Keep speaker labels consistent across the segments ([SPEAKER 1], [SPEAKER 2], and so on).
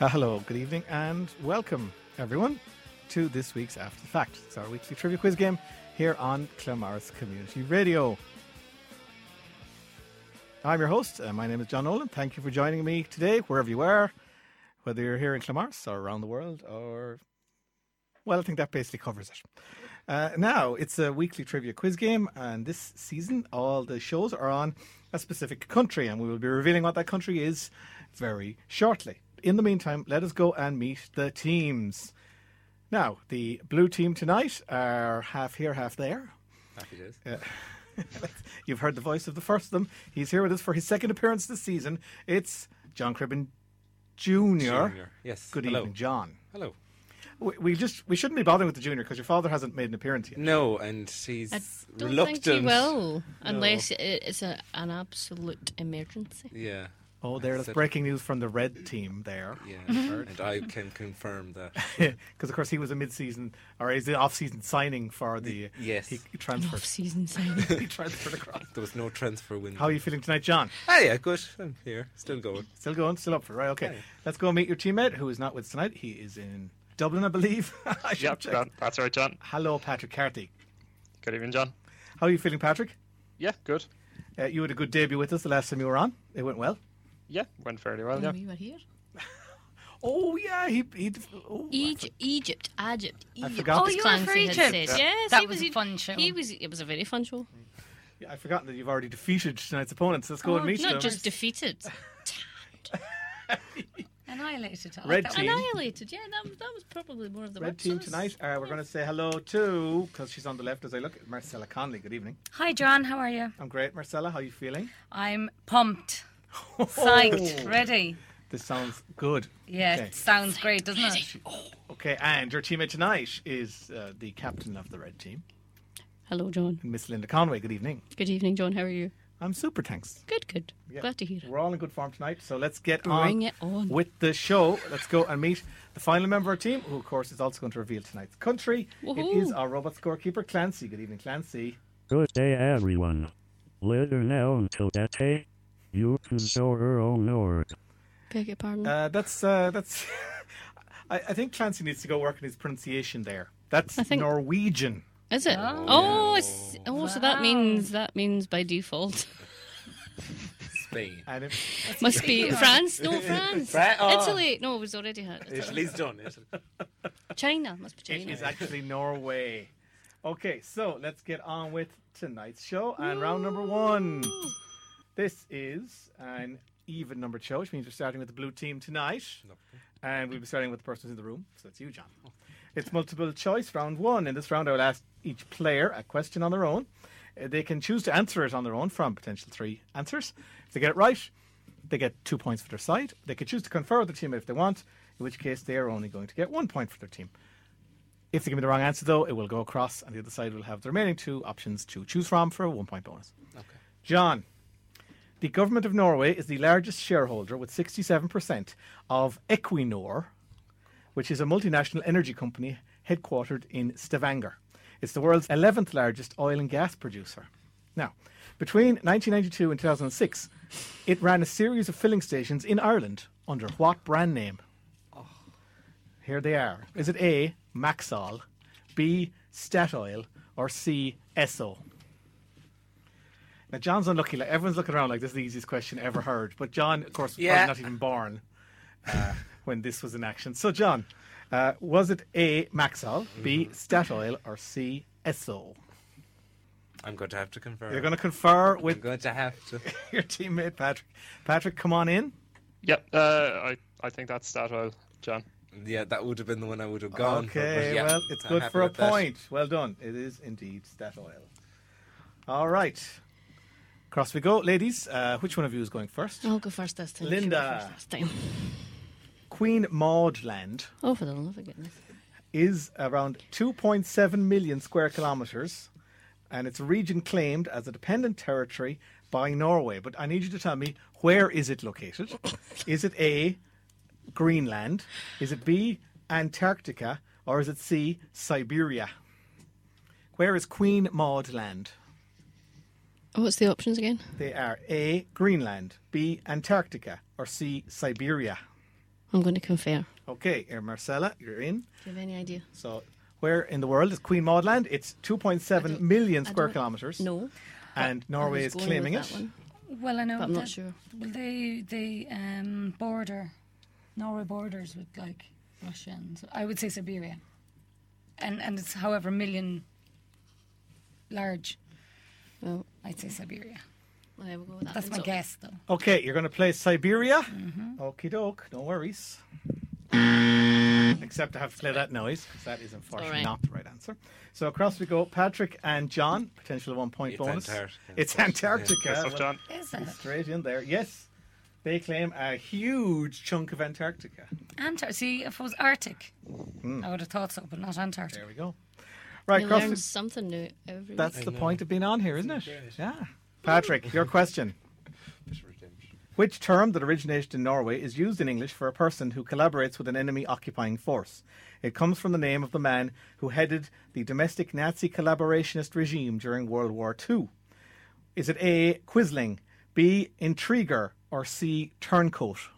[SPEAKER 1] uh, Hello, good evening, and welcome everyone to this week's After the Fact. It's our weekly trivia quiz game here on Clonmars Community Radio. I'm your host. Uh, my name is John Nolan. Thank you for joining me today, wherever you are, whether you're here in Clonmars or around the world, or well, I think that basically covers it. Uh, now, it's a weekly trivia quiz game, and this season, all the shows are on a specific country, and we will be revealing what that country is very shortly. In the meantime, let us go and meet the teams. Now, the blue team tonight are half here, half there. Uh,
[SPEAKER 2] happy days.
[SPEAKER 1] You've heard the voice of the first of them. He's here with us for his second appearance this season. It's John Cribben Jr.
[SPEAKER 2] Junior. Yes.
[SPEAKER 1] Good
[SPEAKER 2] Hello.
[SPEAKER 1] evening, John.
[SPEAKER 2] Hello.
[SPEAKER 1] We, we just we shouldn't be bothering with the junior because your father hasn't made an appearance yet.
[SPEAKER 2] No, and she's
[SPEAKER 3] I don't
[SPEAKER 2] reluctant.
[SPEAKER 3] think she will, unless it is a, an absolute emergency.
[SPEAKER 2] Yeah.
[SPEAKER 1] Oh, there! That's
[SPEAKER 2] Said-
[SPEAKER 1] breaking news from the red team there,
[SPEAKER 2] Yeah. and I can confirm that.
[SPEAKER 1] because of course he was a mid-season or is the off-season signing for the
[SPEAKER 2] Yes.
[SPEAKER 1] he transferred.
[SPEAKER 3] Off season signing.
[SPEAKER 1] he transferred across.
[SPEAKER 2] There was no transfer window.
[SPEAKER 1] How are you feeling tonight, John?
[SPEAKER 2] Ah, yeah, good. I'm here. Still going.
[SPEAKER 1] Still going, still up for it. Right, okay. Let's go and meet your teammate who is not with us tonight. He is in Dublin, I believe. I should
[SPEAKER 4] Yep,
[SPEAKER 1] check.
[SPEAKER 4] that, that's right, John.
[SPEAKER 1] Hello, Patrick Carthy.
[SPEAKER 4] Good evening, John.
[SPEAKER 1] How are you feeling, Patrick?
[SPEAKER 4] Yeah, good.
[SPEAKER 1] Uh, you had a good debut with us the last time you were on. It went well.
[SPEAKER 4] Yeah, went fairly well. Yeah,
[SPEAKER 3] When we were here.
[SPEAKER 1] Oh yeah, he he. Oh,
[SPEAKER 3] Egypt, Egypt, Egypt, Egypt.
[SPEAKER 1] forgot
[SPEAKER 3] Oh,
[SPEAKER 1] this
[SPEAKER 3] you
[SPEAKER 1] guy.
[SPEAKER 3] were
[SPEAKER 5] Clancy
[SPEAKER 3] for Egypt.
[SPEAKER 5] had
[SPEAKER 3] Yes,
[SPEAKER 5] said.
[SPEAKER 3] he
[SPEAKER 5] that was a
[SPEAKER 3] in-
[SPEAKER 5] fun show.
[SPEAKER 3] He was. It was a very fun show.
[SPEAKER 1] I have forgotten that you've already defeated tonight's opponents. Let's go and meet them.
[SPEAKER 3] Oh, Not just defeated,
[SPEAKER 5] annihilated. I like
[SPEAKER 1] Red
[SPEAKER 5] that
[SPEAKER 1] team.
[SPEAKER 5] one.
[SPEAKER 3] annihilated. Yeah, that, was- that was probably more of the
[SPEAKER 1] Red
[SPEAKER 3] worst.
[SPEAKER 1] team
[SPEAKER 3] So
[SPEAKER 1] tonight.
[SPEAKER 3] that's-
[SPEAKER 1] Uh, we're going to say hello to because she's on the left as I look. Marcella Conley. Good evening.
[SPEAKER 5] Hi, John. How are you?
[SPEAKER 1] I'm great, Marcella. How are you feeling?
[SPEAKER 5] I'm pumped,
[SPEAKER 3] Oh.
[SPEAKER 5] psyched, ready.
[SPEAKER 1] This sounds good.
[SPEAKER 5] Yeah,
[SPEAKER 1] Okay.
[SPEAKER 5] it sounds great, doesn't it?
[SPEAKER 1] Okay, and your teammate tonight is uh, the captain of the red team,
[SPEAKER 3] Hello, John.
[SPEAKER 1] Miss Linda Conway. Good evening.
[SPEAKER 3] Good evening, John. How are you?
[SPEAKER 1] I'm super thanks.
[SPEAKER 3] Good, good. Glad to hear it.
[SPEAKER 1] We're all in good form tonight, so let's get
[SPEAKER 3] Bring
[SPEAKER 1] on,
[SPEAKER 3] it on.
[SPEAKER 1] with the show. Let's go and meet the final member of our team, who of course is also going to reveal tonight's country. It
[SPEAKER 3] Woohoo.
[SPEAKER 1] is our robot scorekeeper, Clancy. Good evening, Clancy.
[SPEAKER 6] Good day, everyone. Later now until that day. You can show her own org.
[SPEAKER 3] Beg your pardon.
[SPEAKER 1] Uh, that's uh, that's. I, I think Clancy needs to go work on his pronunciation there. That's
[SPEAKER 3] I think-
[SPEAKER 1] Norwegian.
[SPEAKER 3] is it? Oh, it's, oh so that
[SPEAKER 5] Wow.
[SPEAKER 3] means that means by default.
[SPEAKER 2] Spain.
[SPEAKER 1] And it,
[SPEAKER 3] Must be France. No, France.
[SPEAKER 2] Fra- oh.
[SPEAKER 3] Italy. No, it was already had.
[SPEAKER 2] Italy's done it.
[SPEAKER 3] China. Must be
[SPEAKER 1] it
[SPEAKER 3] China.
[SPEAKER 1] is actually Norway. Okay, so let's get on with tonight's show and round number one. This is an even numbered show, which means we're starting with the blue team tonight. And we'll be starting with the person who's in the room, so that's you, John. It's multiple choice round one. In this round, I will ask each player a question on their own. Uh, They can choose to answer it on their own from potential three answers. If they get it right, they get two points for their side. They could choose to confer with their team if they want, in which case they are only going to get one point for their team. If they give me the wrong answer, though, it will go across, and the other side will have the remaining two options to choose from for a one point bonus. Okay. John, the government of Norway is the largest shareholder with 67% of Equinor, which is a multinational energy company headquartered in Stavanger. It's the world's 11th largest oil and gas producer. Now, between 1992 and 2006, it ran a series of filling stations in Ireland under what brand name? Here they are. Is it A, Maxol, B, Statoil, or C, Esso? Now, John's unlucky. Like, everyone's looking around like this is the easiest question ever heard. But John, of course,
[SPEAKER 2] Yeah.
[SPEAKER 1] was not even born uh, when this was in action. So, John, uh, was it A, Maxol, B, Statoil, or C, Esso?
[SPEAKER 2] I'm going to have to confirm.
[SPEAKER 1] You're going to confer
[SPEAKER 2] I'm
[SPEAKER 1] with
[SPEAKER 2] going to have to.
[SPEAKER 1] your teammate, Patrick. Patrick, come on in.
[SPEAKER 4] Yep. Uh, I I think that's that oil, John.
[SPEAKER 2] Yeah, that would have been the one I would have gone. for,
[SPEAKER 1] Okay,
[SPEAKER 2] but yeah,
[SPEAKER 1] well, it's
[SPEAKER 2] I'm
[SPEAKER 1] good
[SPEAKER 2] happy
[SPEAKER 1] for a
[SPEAKER 2] with that.
[SPEAKER 1] point. Well done. It is indeed stat oil. All right. Across we go. Ladies, uh, which one of you is going first?
[SPEAKER 3] I'll go first this time.
[SPEAKER 1] Linda.
[SPEAKER 3] Sure, first this time.
[SPEAKER 1] Queen Maud Land
[SPEAKER 3] Oh, for the love of goodness.
[SPEAKER 1] is around 2.7 million square kilometres, and it's a region claimed as a dependent territory by Norway. But I need you to tell me where is it located? Is it A, Greenland? Is it B, Antarctica? Or is it C, Siberia? Where is Queen Maud Land?
[SPEAKER 3] What's the options again?
[SPEAKER 1] They are A, Greenland, B, Antarctica, or C, Siberia.
[SPEAKER 3] I'm going to confer.
[SPEAKER 1] Okay, uh, Marcella, you're in.
[SPEAKER 3] Do you have any idea?
[SPEAKER 1] So, where in the world is Queen Maud Land? It's 2.7 million square
[SPEAKER 3] don't-
[SPEAKER 1] kilometres.
[SPEAKER 3] No.
[SPEAKER 1] And Norway
[SPEAKER 3] I
[SPEAKER 1] is
[SPEAKER 3] was going
[SPEAKER 1] claiming
[SPEAKER 3] with
[SPEAKER 1] it.
[SPEAKER 3] that one,
[SPEAKER 5] Well, I know.
[SPEAKER 3] but I'm not
[SPEAKER 5] that-
[SPEAKER 3] sure.
[SPEAKER 5] Well, they they um, border Norway borders with like Russia and so I would say Siberia, and and it's however million large.
[SPEAKER 3] Well,
[SPEAKER 5] I'd say Siberia.
[SPEAKER 3] I will go with that.
[SPEAKER 5] That's
[SPEAKER 3] one.
[SPEAKER 5] my
[SPEAKER 3] So-
[SPEAKER 5] guess though.
[SPEAKER 1] Okay, you're going to play Siberia.
[SPEAKER 3] Mm-hmm.
[SPEAKER 1] Okie doke, no worries. Except I have to play that noise because that is unfortunately
[SPEAKER 3] All right.
[SPEAKER 1] not the right answer. So across we go, Patrick and John, potential one point
[SPEAKER 2] It's
[SPEAKER 1] bonus.
[SPEAKER 2] Antarctica, of
[SPEAKER 1] It's
[SPEAKER 2] course.
[SPEAKER 1] Antarctica.
[SPEAKER 7] Uh,
[SPEAKER 4] Good stuff,
[SPEAKER 1] Well,
[SPEAKER 4] John.
[SPEAKER 5] Is it?
[SPEAKER 1] Straight in there. Yes, they claim a huge chunk of Antarctica.
[SPEAKER 5] Antarctica. See, if it was Arctic,
[SPEAKER 1] Hmm.
[SPEAKER 5] I would have thought so, but not Antarctic.
[SPEAKER 1] There we go. Right,
[SPEAKER 3] You
[SPEAKER 1] cross
[SPEAKER 3] learn
[SPEAKER 1] the-
[SPEAKER 3] something new every
[SPEAKER 1] That's
[SPEAKER 3] week.
[SPEAKER 1] the point of being on here, isn't it? Yeah. Patrick, your question.
[SPEAKER 2] Bit of redemption.
[SPEAKER 1] Which term that originated in Norway is used in English for a person who collaborates with an enemy occupying force? It comes from the name of the man who headed the domestic Nazi collaborationist regime during World War II. Is it A. Quisling, B. Intriguer, or C. Turncoat?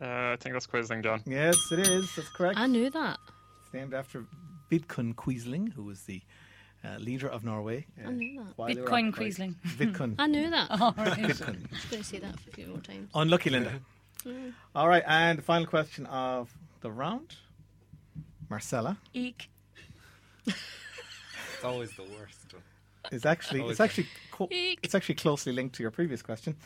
[SPEAKER 4] Uh, I think that's quizzing, John.
[SPEAKER 1] Yes, it is. That's correct.
[SPEAKER 3] I knew that.
[SPEAKER 1] It's named after Vidkun Quisling, who was the uh, leader of Norway. Uh,
[SPEAKER 3] knew that.
[SPEAKER 1] while they were
[SPEAKER 5] Vidkun
[SPEAKER 1] occupied.
[SPEAKER 5] Quisling.
[SPEAKER 1] Vidkun.
[SPEAKER 3] I knew that.
[SPEAKER 5] All right.
[SPEAKER 3] I'm just going to say that for a few more times.
[SPEAKER 1] Unlucky, Linda. All right, and the final question of the round. Marcella
[SPEAKER 5] Eek.
[SPEAKER 2] It's always the worst one.
[SPEAKER 1] is actually it's
[SPEAKER 2] Okay.
[SPEAKER 1] actually co-
[SPEAKER 3] Eek.
[SPEAKER 1] it's actually closely linked to your previous question.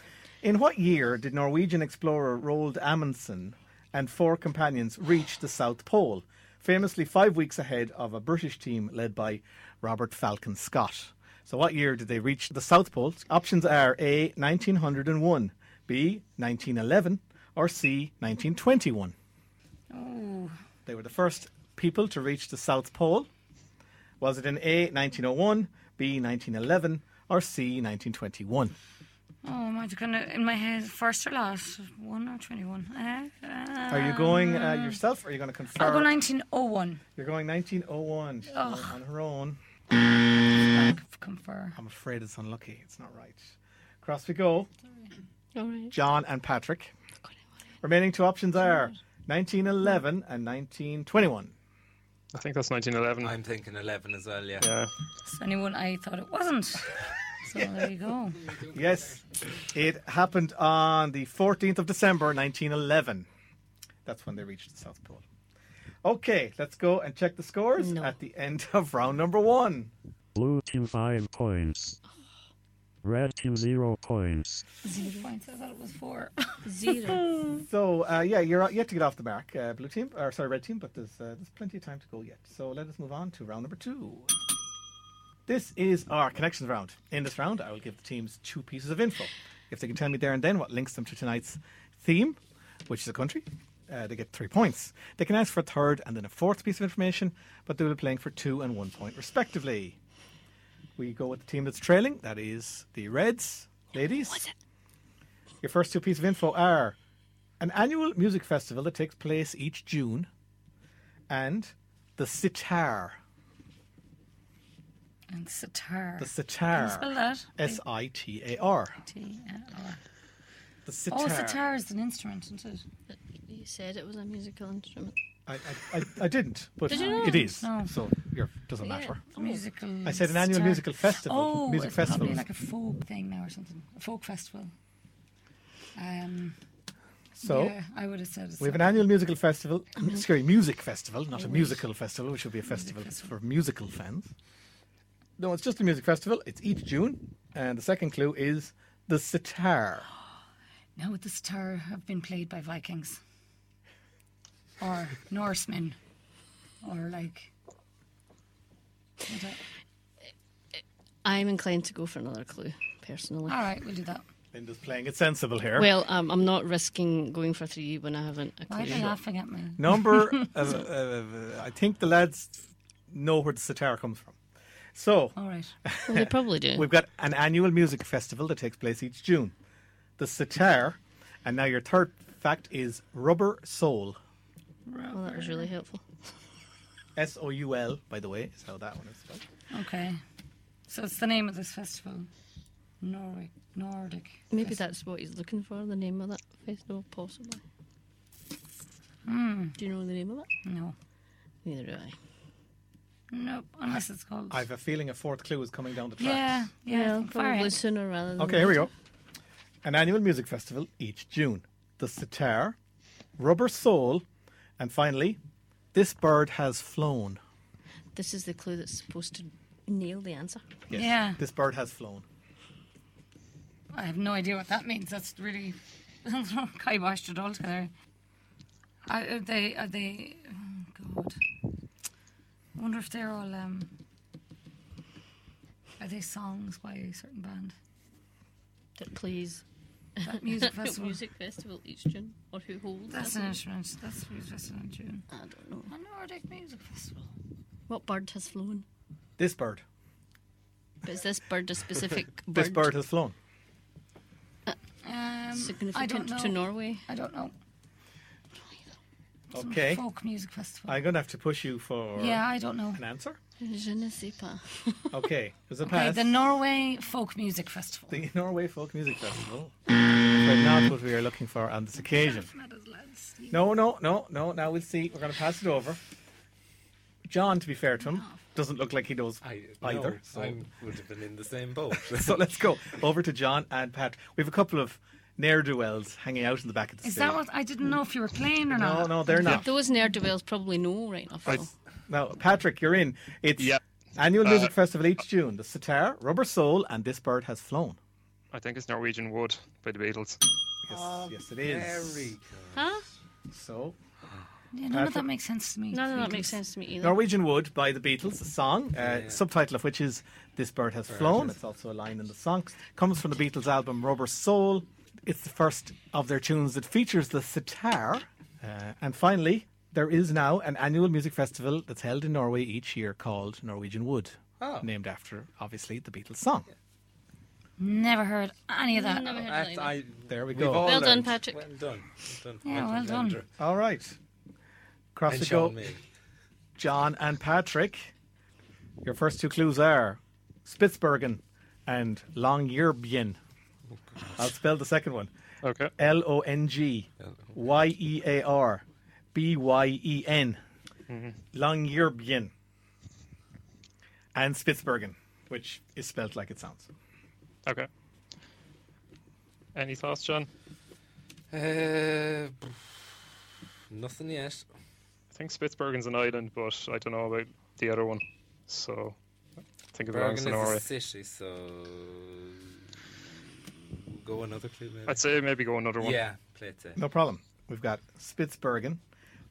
[SPEAKER 1] In what year did Norwegian explorer Roald Amundsen and four companions reach the South Pole, famously five weeks ahead of a British team led by Robert Falcon Scott? So, what year did they reach the South Pole? Options are A 1901, B 1911, or C 1921.
[SPEAKER 5] Ooh.
[SPEAKER 1] They were the first people to reach the South Pole. Was it in A, 1901, B, 1911, or C, 1921?
[SPEAKER 5] Oh, am I gonna in my head first or last? One or twenty-one? Uh,
[SPEAKER 1] Are you going uh, yourself or are you going to
[SPEAKER 5] Um, I'll
[SPEAKER 1] confirm?
[SPEAKER 5] go nineteen oh one.
[SPEAKER 1] You're going 1901 She's going
[SPEAKER 5] Ugh.
[SPEAKER 1] on her own. Hmm.
[SPEAKER 5] Confer.
[SPEAKER 1] I'm afraid it's unlucky. It's not right. Across we go.
[SPEAKER 3] All right.
[SPEAKER 1] John and Patrick. Remaining two options are 1911 and 1921.
[SPEAKER 4] I think that's 1911.
[SPEAKER 2] I'm thinking 11 as well, yeah.
[SPEAKER 4] Yeah.
[SPEAKER 5] So anyone I thought it wasn't. So there you go.
[SPEAKER 1] Yes, it happened on the 14th of December 1911. That's when they reached the South Pole. Okay, let's go and check the scores
[SPEAKER 3] No.
[SPEAKER 1] at the end of round number one.
[SPEAKER 6] Blue team 5 points. Red team 0 points.
[SPEAKER 5] Points. I thought it was four.
[SPEAKER 3] Zero.
[SPEAKER 1] So, uh, yeah, you're yet to get off the mark, uh, blue team, or sorry, red team, but there's, uh, there's plenty of time to go yet. So let us move on to round number two. This is our connections round. In this round, I will give the teams two pieces of info. If they can tell me there and then what links them to tonight's theme, which is a country, uh, they get three points. They can ask for a third and then a fourth piece of information, but they will be playing for two and one point respectively. We go with the team that's trailing. That is the Reds, ladies. Your first two pieces of info are an annual music festival that takes place each June, and the sitar.
[SPEAKER 5] And sitar.
[SPEAKER 1] The
[SPEAKER 5] Can you spell
[SPEAKER 1] sitar.
[SPEAKER 5] that?
[SPEAKER 1] S I T A R.
[SPEAKER 5] T-A-R.
[SPEAKER 1] The sitar. Oh.
[SPEAKER 5] Oh, sitar is an instrument, isn't it?
[SPEAKER 3] you said it was a musical instrument.
[SPEAKER 1] I, I, I, I didn't, but
[SPEAKER 3] Did you not?
[SPEAKER 1] it is.
[SPEAKER 5] No.
[SPEAKER 1] So it doesn't
[SPEAKER 3] Yeah.
[SPEAKER 1] matter.
[SPEAKER 3] Oh.
[SPEAKER 5] Musical.
[SPEAKER 1] I said an annual
[SPEAKER 5] sitar.
[SPEAKER 1] musical festival.
[SPEAKER 5] Oh,
[SPEAKER 1] music
[SPEAKER 5] it's
[SPEAKER 1] festival.
[SPEAKER 5] probably like a folk thing now or something. A folk festival. Um,
[SPEAKER 1] so
[SPEAKER 5] yeah, I would have said it's
[SPEAKER 1] we have an
[SPEAKER 5] like-
[SPEAKER 1] annual musical festival. Sorry, music festival, not a musical festival, which would be a festival for musical fans. No, it's just a music festival. It's each June, and the second clue is the sitar.
[SPEAKER 5] Now would the sitar have been played by Vikings? Or Norsemen? Or like. what a-
[SPEAKER 3] I'm inclined to go for another clue, personally.
[SPEAKER 5] All right, we'll do that.
[SPEAKER 1] Linda's playing it sensible here.
[SPEAKER 3] Well, um, I'm not risking going for three when I haven't a
[SPEAKER 5] Why are
[SPEAKER 3] clue.
[SPEAKER 5] they laughing at me?
[SPEAKER 1] Number, uh, uh, uh, I think the lads know where the sitar comes from. So
[SPEAKER 5] All right.
[SPEAKER 3] Well, they probably do.
[SPEAKER 1] we've got an annual music festival that takes place each June. The sitar, and now your third fact is rubber soul.
[SPEAKER 3] well, that was really helpful.
[SPEAKER 1] S O U L, by the way, is how that one is spelled.
[SPEAKER 5] Okay. So it's the name of this festival. Nordic. Nordic.
[SPEAKER 3] Maybe that's what he's looking for, the name of that festival, possibly. Do you know the name of it?
[SPEAKER 5] No.
[SPEAKER 3] Neither do I.
[SPEAKER 5] Nope. Unless it's called.
[SPEAKER 1] I have a feeling a fourth clue is coming down the track.
[SPEAKER 5] yeah. Yeah.
[SPEAKER 3] Well,
[SPEAKER 5] far
[SPEAKER 3] probably
[SPEAKER 5] ahead.
[SPEAKER 3] sooner rather than
[SPEAKER 1] Okay, here we
[SPEAKER 3] later.
[SPEAKER 1] go. An annual music festival each June. The sitar, rubber soul, and finally, this bird has flown.
[SPEAKER 3] This is the clue that's supposed to nail the answer.
[SPEAKER 1] Yes,
[SPEAKER 5] Yeah.
[SPEAKER 1] This bird has flown.
[SPEAKER 5] I have no idea what that means. That's really kiboshed it all together. I, are they? Are they? Oh God. I wonder if they're all. Um, are they songs by a certain band?
[SPEAKER 3] That plays
[SPEAKER 5] That music festival.
[SPEAKER 3] music festival each June, or who holds
[SPEAKER 5] That's
[SPEAKER 3] it.
[SPEAKER 5] an instrument. That's music festival in June.
[SPEAKER 3] I don't know.
[SPEAKER 5] A Nordic music festival.
[SPEAKER 3] What bird has flown?
[SPEAKER 1] This bird.
[SPEAKER 3] But is this bird a specific bird,
[SPEAKER 1] This bird has flown.
[SPEAKER 5] Um, I don't
[SPEAKER 3] significant
[SPEAKER 5] know.
[SPEAKER 3] to Norway?
[SPEAKER 5] I don't know. Some
[SPEAKER 1] Okay.
[SPEAKER 5] Folk music festival.
[SPEAKER 1] I'm going to have to push you for
[SPEAKER 5] yeah, I don't know.
[SPEAKER 1] an answer.
[SPEAKER 3] Je ne sais pas.
[SPEAKER 1] Okay. It was a
[SPEAKER 5] Okay,
[SPEAKER 1] pass.
[SPEAKER 5] the Norway Folk Music Festival.
[SPEAKER 1] the Norway Folk Music Festival. But not what we are looking for on this occasion. No, no, no, no. Now we'll see. We're going to pass it over. John, to be fair to him, doesn't look like he knows
[SPEAKER 7] I,
[SPEAKER 1] either. Oh.
[SPEAKER 7] no,
[SPEAKER 1] so-
[SPEAKER 7] I would have been in the same boat.
[SPEAKER 1] So let's go over to John and Pat. We have a couple of ne'er do wells hanging out in the back of the
[SPEAKER 5] Is
[SPEAKER 1] stage.
[SPEAKER 5] that what I didn't know if you were playing or
[SPEAKER 1] No,
[SPEAKER 5] not?
[SPEAKER 1] no, they're not.
[SPEAKER 3] Those ne'er do wells probably know right enough.
[SPEAKER 4] I-
[SPEAKER 3] though.
[SPEAKER 1] Now, Patrick, you're in. It's
[SPEAKER 4] Yeah.
[SPEAKER 1] annual music
[SPEAKER 4] Uh,
[SPEAKER 1] festival each June. The sitar, rubber soul, and this bird has flown.
[SPEAKER 4] I think it's Norwegian Wood by the Beatles.
[SPEAKER 1] Yes, yes, it is.
[SPEAKER 7] Ah, Very good.
[SPEAKER 3] Huh?
[SPEAKER 1] So,
[SPEAKER 5] Yeah, none of that makes sense to me.
[SPEAKER 3] None of that
[SPEAKER 5] Beatles.
[SPEAKER 3] makes sense to me either.
[SPEAKER 1] Norwegian Wood by the Beatles, a song, uh, subtitle of which is This Bird Has Flown.
[SPEAKER 7] has-
[SPEAKER 1] It's also a line in the song. Comes from the Beatles album Rubber Soul. It's the first of their tunes that features the sitar. Uh, and finally, there is now an annual music festival that's held in Norway each year called Norwegian Wood,
[SPEAKER 7] Oh.
[SPEAKER 1] named after, obviously, the Beatles song.
[SPEAKER 5] Never heard any of that.
[SPEAKER 3] Never heard of
[SPEAKER 7] That-
[SPEAKER 3] it either.
[SPEAKER 7] I,
[SPEAKER 1] There we
[SPEAKER 7] we've
[SPEAKER 1] go.
[SPEAKER 7] all
[SPEAKER 3] Well done,
[SPEAKER 7] learned.
[SPEAKER 3] Patrick.
[SPEAKER 7] Well done. Well done.
[SPEAKER 5] Yeah, well done.
[SPEAKER 7] Andrew.
[SPEAKER 1] All right. Cross
[SPEAKER 7] And
[SPEAKER 1] the go.
[SPEAKER 7] Sean May.
[SPEAKER 1] John and Patrick. Your first two clues are Spitsbergen and Longyearbyen. I'll spell the second one.
[SPEAKER 4] Okay.
[SPEAKER 1] L O N G Y E A R B Y E N. Longyearbyen. And Spitsbergen, which is spelled like it sounds.
[SPEAKER 4] Okay. Any thoughts, John?
[SPEAKER 7] Uh, nothing yet.
[SPEAKER 4] I think Spitsbergen's an island, but I don't know about the other one. So I think it
[SPEAKER 7] Bergen
[SPEAKER 4] belongs
[SPEAKER 7] is
[SPEAKER 4] to Norway.
[SPEAKER 7] a city, so go another clue maybe.
[SPEAKER 4] I'd say maybe go another one.
[SPEAKER 7] yeah, play it. eh. safe.
[SPEAKER 1] No problem. We've got Spitsbergen,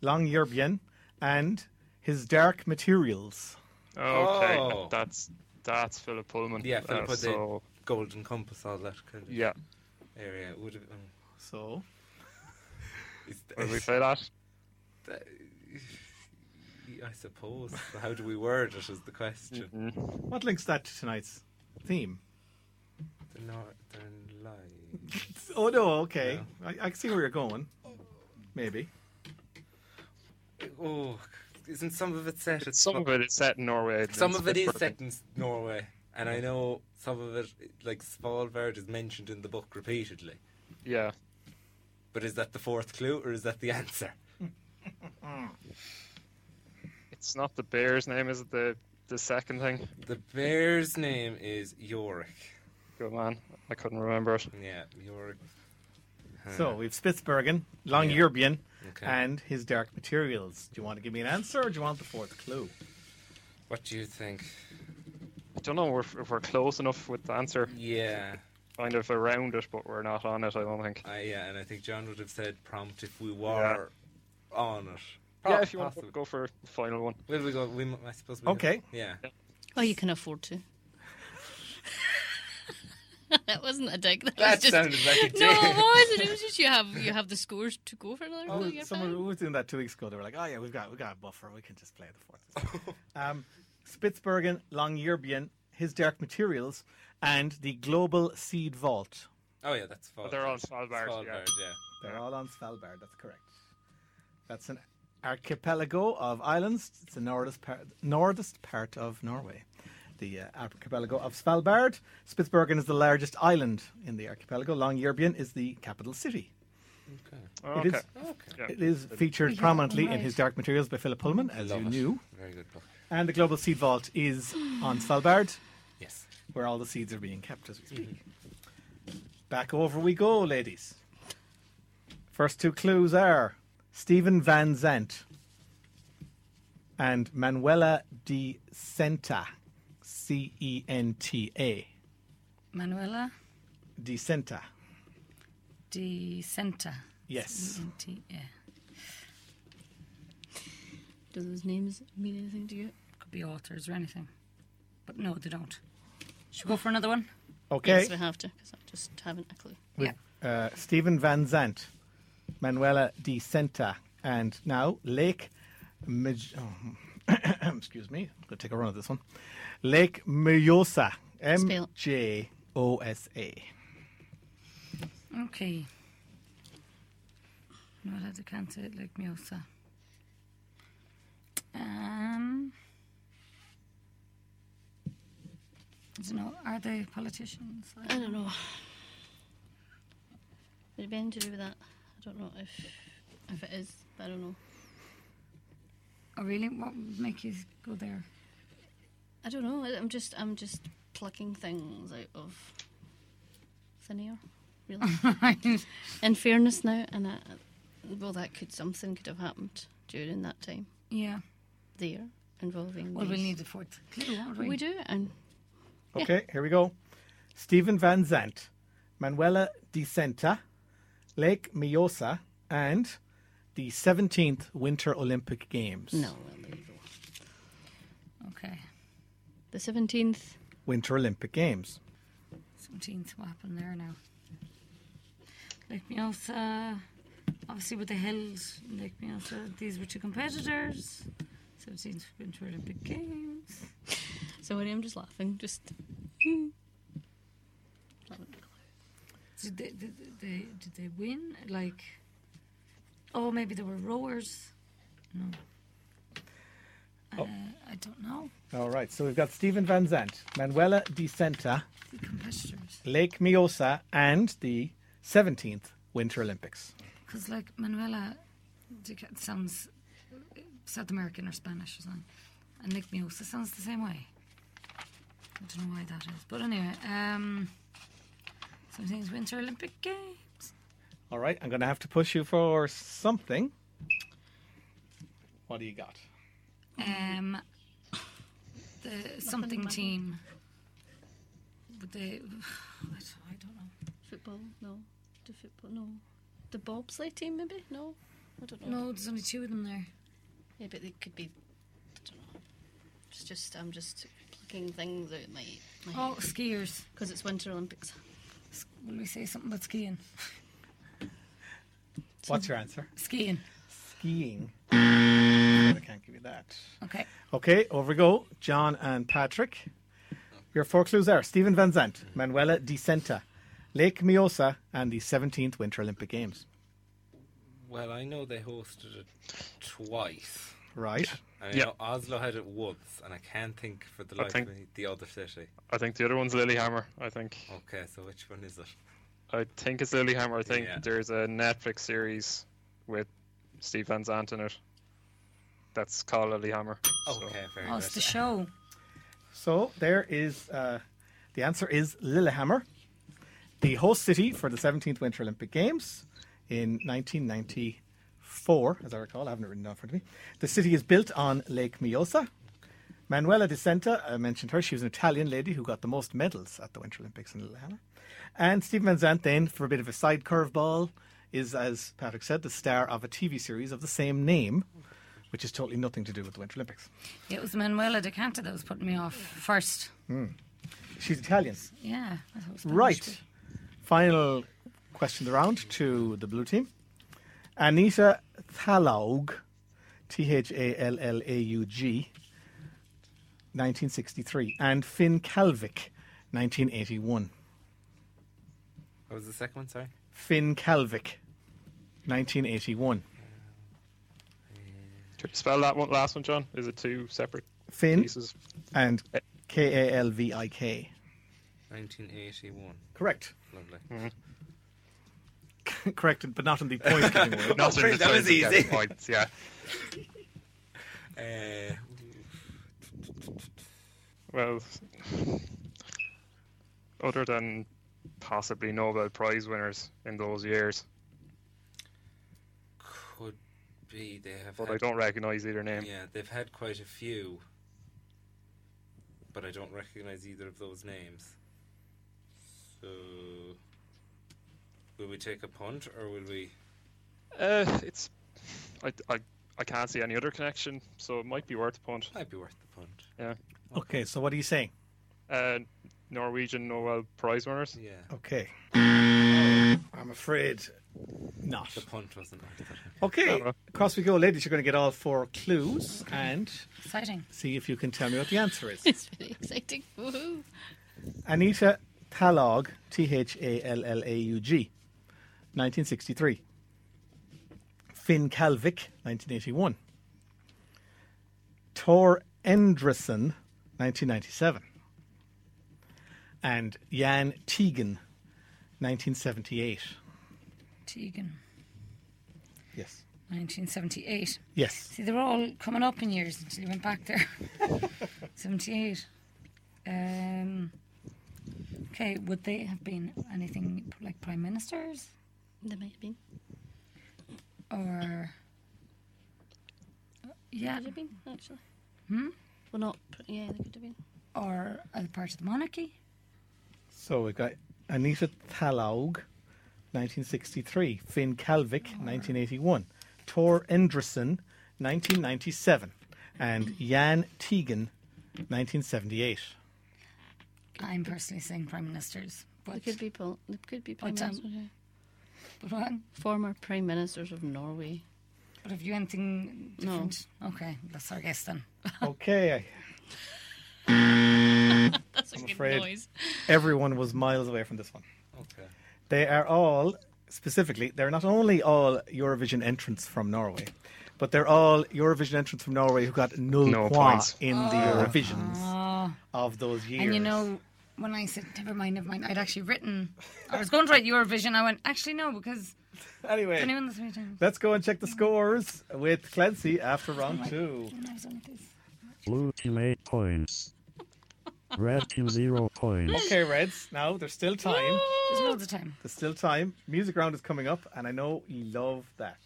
[SPEAKER 1] Longyearbyen, and his dark materials.
[SPEAKER 4] Okay.
[SPEAKER 7] Oh.
[SPEAKER 4] That's that's Philip Pullman.
[SPEAKER 7] Yeah,
[SPEAKER 4] uh,
[SPEAKER 7] Philip put
[SPEAKER 4] so,
[SPEAKER 7] the golden compass, all that kind of
[SPEAKER 4] Yeah.
[SPEAKER 7] area. Would have um,
[SPEAKER 1] So,
[SPEAKER 7] is th-
[SPEAKER 4] Will we play that?
[SPEAKER 7] that- I suppose. How do we word it? Is the question.
[SPEAKER 4] Mm-hmm.
[SPEAKER 1] what links that to tonight's theme?
[SPEAKER 7] The northern light.
[SPEAKER 1] Oh no, okay. I, I can see where you're going. Maybe.
[SPEAKER 7] Oh, isn't some of it set? at
[SPEAKER 4] Some
[SPEAKER 7] Sm-
[SPEAKER 4] of it is set in Norway. and
[SPEAKER 7] Oh. Some of it is
[SPEAKER 4] Spitsbergen.
[SPEAKER 7] set in s- Norway, and I know some of it, like Svalbard, is mentioned in the book repeatedly.
[SPEAKER 4] Yeah.
[SPEAKER 7] But is that the fourth clue, or is that the answer?
[SPEAKER 4] It's not the bear's name, is it? The the second thing.
[SPEAKER 7] The bear's name is Yorick.
[SPEAKER 4] Good man. I couldn't remember it.
[SPEAKER 7] Yeah, Yorick.
[SPEAKER 1] So we've Spitsbergen, Longyearbyen,
[SPEAKER 7] Okay.
[SPEAKER 1] and his dark materials. Do you want to give me an answer, or do you want the fourth clue?
[SPEAKER 7] What do you think?
[SPEAKER 4] I don't know if, if we're close enough with the answer.
[SPEAKER 7] Yeah,
[SPEAKER 4] Kind of around it, but we're not on it. I don't think.
[SPEAKER 7] I, yeah, and I think John would have said prompt if we were on it.
[SPEAKER 4] yeah, if you want
[SPEAKER 7] Possibly.
[SPEAKER 4] to go for the final one.
[SPEAKER 7] Will we go? We, m- I suppose. We
[SPEAKER 1] Okay.
[SPEAKER 7] Have, yeah.
[SPEAKER 3] Oh, you can afford to. that wasn't a dig. That,
[SPEAKER 7] That
[SPEAKER 3] was just.
[SPEAKER 7] sounded like a
[SPEAKER 3] no,
[SPEAKER 7] dick.
[SPEAKER 3] it wasn't. It was just you have you have the scores to go for another clue.
[SPEAKER 1] Oh,
[SPEAKER 3] You're
[SPEAKER 1] someone
[SPEAKER 3] fine.
[SPEAKER 1] who was doing that two weeks ago. They were like, "Oh yeah, we've got we got a buffer. We can just play the fourth. um, Spitsbergen, Longyearbyen, his dark materials, and the global seed vault.
[SPEAKER 7] Oh yeah, that's Svalbard.
[SPEAKER 4] They're all Svalbard, yeah.
[SPEAKER 7] yeah.
[SPEAKER 1] They're all on Svalbard. That's correct. That's an archipelago of islands. It's the northest part, northest part of Norway. The uh, archipelago of Svalbard. Spitsbergen is the largest island in the archipelago. Longyearbyen is the capital city.
[SPEAKER 4] Oh, Okay.
[SPEAKER 1] It is
[SPEAKER 7] Okay.
[SPEAKER 4] Yeah.
[SPEAKER 1] It is featured
[SPEAKER 5] Yeah,
[SPEAKER 1] prominently in
[SPEAKER 5] right.
[SPEAKER 1] his Dark Materials by Philip Pullman, as
[SPEAKER 7] Love
[SPEAKER 1] you
[SPEAKER 7] it.
[SPEAKER 1] knew.
[SPEAKER 7] Very good book.
[SPEAKER 1] And the Global Seed Vault is on Svalbard,
[SPEAKER 7] Yes.
[SPEAKER 1] where all the seeds are being kept as we speak. Back over we go, ladies. First two clues are Stephen Van Zandt and Manuela de Centa, C E N T A,
[SPEAKER 5] Manuela
[SPEAKER 1] de Centa.
[SPEAKER 5] de Senta.
[SPEAKER 1] Yes.
[SPEAKER 5] E-N-T, yeah.
[SPEAKER 3] Do those names mean anything to you?
[SPEAKER 5] Could be authors or anything. But no, they don't. Should we go for another one?
[SPEAKER 1] Okay.
[SPEAKER 3] Yes, we have to because I just haven't a clue.
[SPEAKER 5] Yeah.
[SPEAKER 1] uh, Stephen Van Zandt, Manuela Di Centa, and now Lake. Mij- oh, excuse me, I'm going to take a run at this one. Lake Mjosa. M
[SPEAKER 3] Spell.
[SPEAKER 1] J O S A.
[SPEAKER 5] Okay. No, I can't say it like Miosa. Um, I don't know. Are they politicians?
[SPEAKER 3] I don't know. Would it be anything to do with that? I don't know if if it is. But I don't know.
[SPEAKER 5] Oh, really? What would make you go there?
[SPEAKER 3] I don't know. I- I'm just I'm just plucking things out of thin air. Really. In fairness, now and I, well, that could something could have happened during that time
[SPEAKER 5] yeah.
[SPEAKER 3] there involving.
[SPEAKER 5] Well, we
[SPEAKER 3] these-
[SPEAKER 5] need the fourth clue, won't we?
[SPEAKER 3] We do, and
[SPEAKER 1] Okay, here we go. Stephen Van Zandt, Manuela Di Centa, Lake Mjosa, and the 17th Winter Olympic Games.
[SPEAKER 3] no, well, there you go.
[SPEAKER 5] Okay.
[SPEAKER 3] The seventeenth.
[SPEAKER 1] Winter Olympic Games.
[SPEAKER 5] 17th. What happened there now? Like Miosa, obviously with the hills, like Miosa, these were two competitors. 17th Winter Olympic Games.
[SPEAKER 3] So I'm just laughing. Just.
[SPEAKER 5] Did they, did they, did they win? Like, oh, maybe they were rowers. No. Uh, I don't know.
[SPEAKER 1] All right, so we've got Stephen Van Zandt, Manuela Di Centa,
[SPEAKER 5] The competitors.
[SPEAKER 1] Lake Miosa and the 17th Winter Olympics.
[SPEAKER 5] Because, like, Manuela de Ca- sounds uh, South American or Spanish or something. And Nick Miosa sounds the same way. I don't know why that is. But anyway, um, something's Winter Olympic Games.
[SPEAKER 1] All right, I'm going to have to push you for something. What do you got?
[SPEAKER 5] Um, the something team. But they, I don't, I don't know.
[SPEAKER 3] Football? No. The football? No. The bobsleigh team, maybe? No. I don't know.
[SPEAKER 5] No, there's only two of them there.
[SPEAKER 3] Yeah, but it could be. I don't know. It's just I'm just plucking things out my my
[SPEAKER 5] Oh, skiers.
[SPEAKER 3] because it's Winter Olympics.
[SPEAKER 5] S- Will we say something about skiing?
[SPEAKER 1] What's your answer?
[SPEAKER 5] Skiing.
[SPEAKER 1] Skiing. I can't give you that.
[SPEAKER 5] Okay.
[SPEAKER 1] Okay, over we go. John and Patrick. Your four clues are Stephen Van Zandt, Manuela Di Centa, Lake Miosa, and the 17th Winter Olympic Games.
[SPEAKER 7] Well, I know they hosted it twice.
[SPEAKER 1] Right.
[SPEAKER 7] I
[SPEAKER 4] Yeah.
[SPEAKER 7] know Oslo had it once, and I can't think for the life
[SPEAKER 4] think-
[SPEAKER 7] of me the other city.
[SPEAKER 4] I think the other one's Lilyhammer. I think.
[SPEAKER 7] Okay, so which one is it?
[SPEAKER 4] I think it's Lilyhammer. I think
[SPEAKER 7] Yeah.
[SPEAKER 4] there's a Netflix series with Steve Van Zandt in it. That's called Lilyhammer. So,
[SPEAKER 7] Okay, very
[SPEAKER 5] Oh,
[SPEAKER 7] good.
[SPEAKER 5] it's the show.
[SPEAKER 1] So there is uh, the answer is Lillehammer, the host city for the 17th Winter Olympic Games in 1994, as I recall. I haven't it written down in front of me. The city is built on Lake Miosa. Manuela De Centa, I mentioned her. She was an Italian lady who got the most medals at the Winter Olympics in Lillehammer. And Stephen Van Zandt, then, for a bit of a side curveball, is, as Patrick said, the star of a TV series of the same name, which is totally nothing to do with the Winter Olympics.
[SPEAKER 5] It was Manuela de Canta that was putting me off first.
[SPEAKER 1] She's Italian.
[SPEAKER 5] Yeah. I thought it was Spanish.
[SPEAKER 1] Right. Final question of the round to the blue team. Anita Thalaug, T H A L L A U G, 1963, and Finn Kalvik, 1981.
[SPEAKER 7] What was the second one? Sorry.
[SPEAKER 1] Finn Kalvik, 1981.
[SPEAKER 4] Could you spell that one last one, John? Is it two separate
[SPEAKER 1] Finn
[SPEAKER 4] pieces?
[SPEAKER 1] and K A L V I K.
[SPEAKER 7] 1981.
[SPEAKER 1] Correct.
[SPEAKER 7] Lovely.
[SPEAKER 1] Corrected, but not on the point giving word.
[SPEAKER 4] Not in
[SPEAKER 7] great,
[SPEAKER 4] the
[SPEAKER 7] that was
[SPEAKER 4] sense of getting
[SPEAKER 7] easy.
[SPEAKER 4] Points, yeah.
[SPEAKER 7] Uh,
[SPEAKER 4] Well, other than possibly Nobel Prize winners in those years,
[SPEAKER 7] could be they have.
[SPEAKER 4] but I
[SPEAKER 7] had-
[SPEAKER 4] don't recognise either name.
[SPEAKER 7] Yeah, they've had quite a few, but I don't recognize either of those names. So, will we take a punt or will we?
[SPEAKER 4] Uh, it's I, I I can't see any other connection, so it might be worth a punt.
[SPEAKER 7] Might be worth the punt.
[SPEAKER 1] Okay, so what are you saying?
[SPEAKER 4] Uh, Norwegian Nobel Prize winners.
[SPEAKER 7] Yeah,
[SPEAKER 1] Okay. Oh, I'm afraid not.
[SPEAKER 7] the punt wasn't worth it.
[SPEAKER 1] Okay,
[SPEAKER 4] Uh-huh.
[SPEAKER 1] across we go, ladies. You're going to get all four clues and
[SPEAKER 5] Exciting.
[SPEAKER 1] see if you can tell me what the answer is.
[SPEAKER 3] It's very exciting. Woohoo.
[SPEAKER 1] Anita Tallog, T H A L L A U G, 1963. Finn Kalvik, 1981. Tor Endresen, 1997. And Jan Tegan, 1978.
[SPEAKER 5] Tegan,
[SPEAKER 1] Yes.
[SPEAKER 5] 1978.
[SPEAKER 1] Yes.
[SPEAKER 5] See, they're all coming up in years until you went back there. 78. Um, okay, would they have been anything like prime ministers
[SPEAKER 3] They might have been.
[SPEAKER 5] or. Yeah,
[SPEAKER 3] Could have been, actually. Hmm? Well, not. pr- Yeah, they could have been.
[SPEAKER 5] or other parts of the monarchy?
[SPEAKER 1] So we've got Anita Tallog, 1963. Finn Kalvik,
[SPEAKER 5] Oh,
[SPEAKER 1] 1981. Tor Endresen, 1997. And Jan Tegan, 1978.
[SPEAKER 5] I'm personally saying prime ministers.
[SPEAKER 3] They
[SPEAKER 5] But,
[SPEAKER 3] could be. Pol- they could be prime
[SPEAKER 5] But, um,
[SPEAKER 3] ministers. yeah.
[SPEAKER 5] but, what?
[SPEAKER 3] Former prime ministers of Norway.
[SPEAKER 5] but have you anything
[SPEAKER 3] No.
[SPEAKER 5] different? Okay, that's our guess then.
[SPEAKER 1] Okay,
[SPEAKER 3] That's a good
[SPEAKER 1] afraid.
[SPEAKER 3] noise.
[SPEAKER 1] everyone was miles away from this one.
[SPEAKER 7] Okay.
[SPEAKER 1] They are all, specifically, they're not only all Eurovision entrants from Norway, but they're all Eurovision entrants from Norway who got null
[SPEAKER 4] No
[SPEAKER 1] points
[SPEAKER 4] points.
[SPEAKER 1] in the Eurovisions
[SPEAKER 3] Uh,
[SPEAKER 1] of those years.
[SPEAKER 5] Ah. And you know, when I said, never mind, never mind, I'd actually written, I was going to write Eurovision. I went, actually, no, because
[SPEAKER 1] anyway.
[SPEAKER 5] anyone this meeting.
[SPEAKER 1] Let's go and check the scores with Clancy
[SPEAKER 3] Oh
[SPEAKER 1] after round two.
[SPEAKER 5] And I was only this.
[SPEAKER 6] Blue team 8 points. Red team 0 points.
[SPEAKER 1] Okay, Reds, now there's still time.
[SPEAKER 5] There's loads of time.
[SPEAKER 1] There's still time. Music round is coming up, and I know you love that.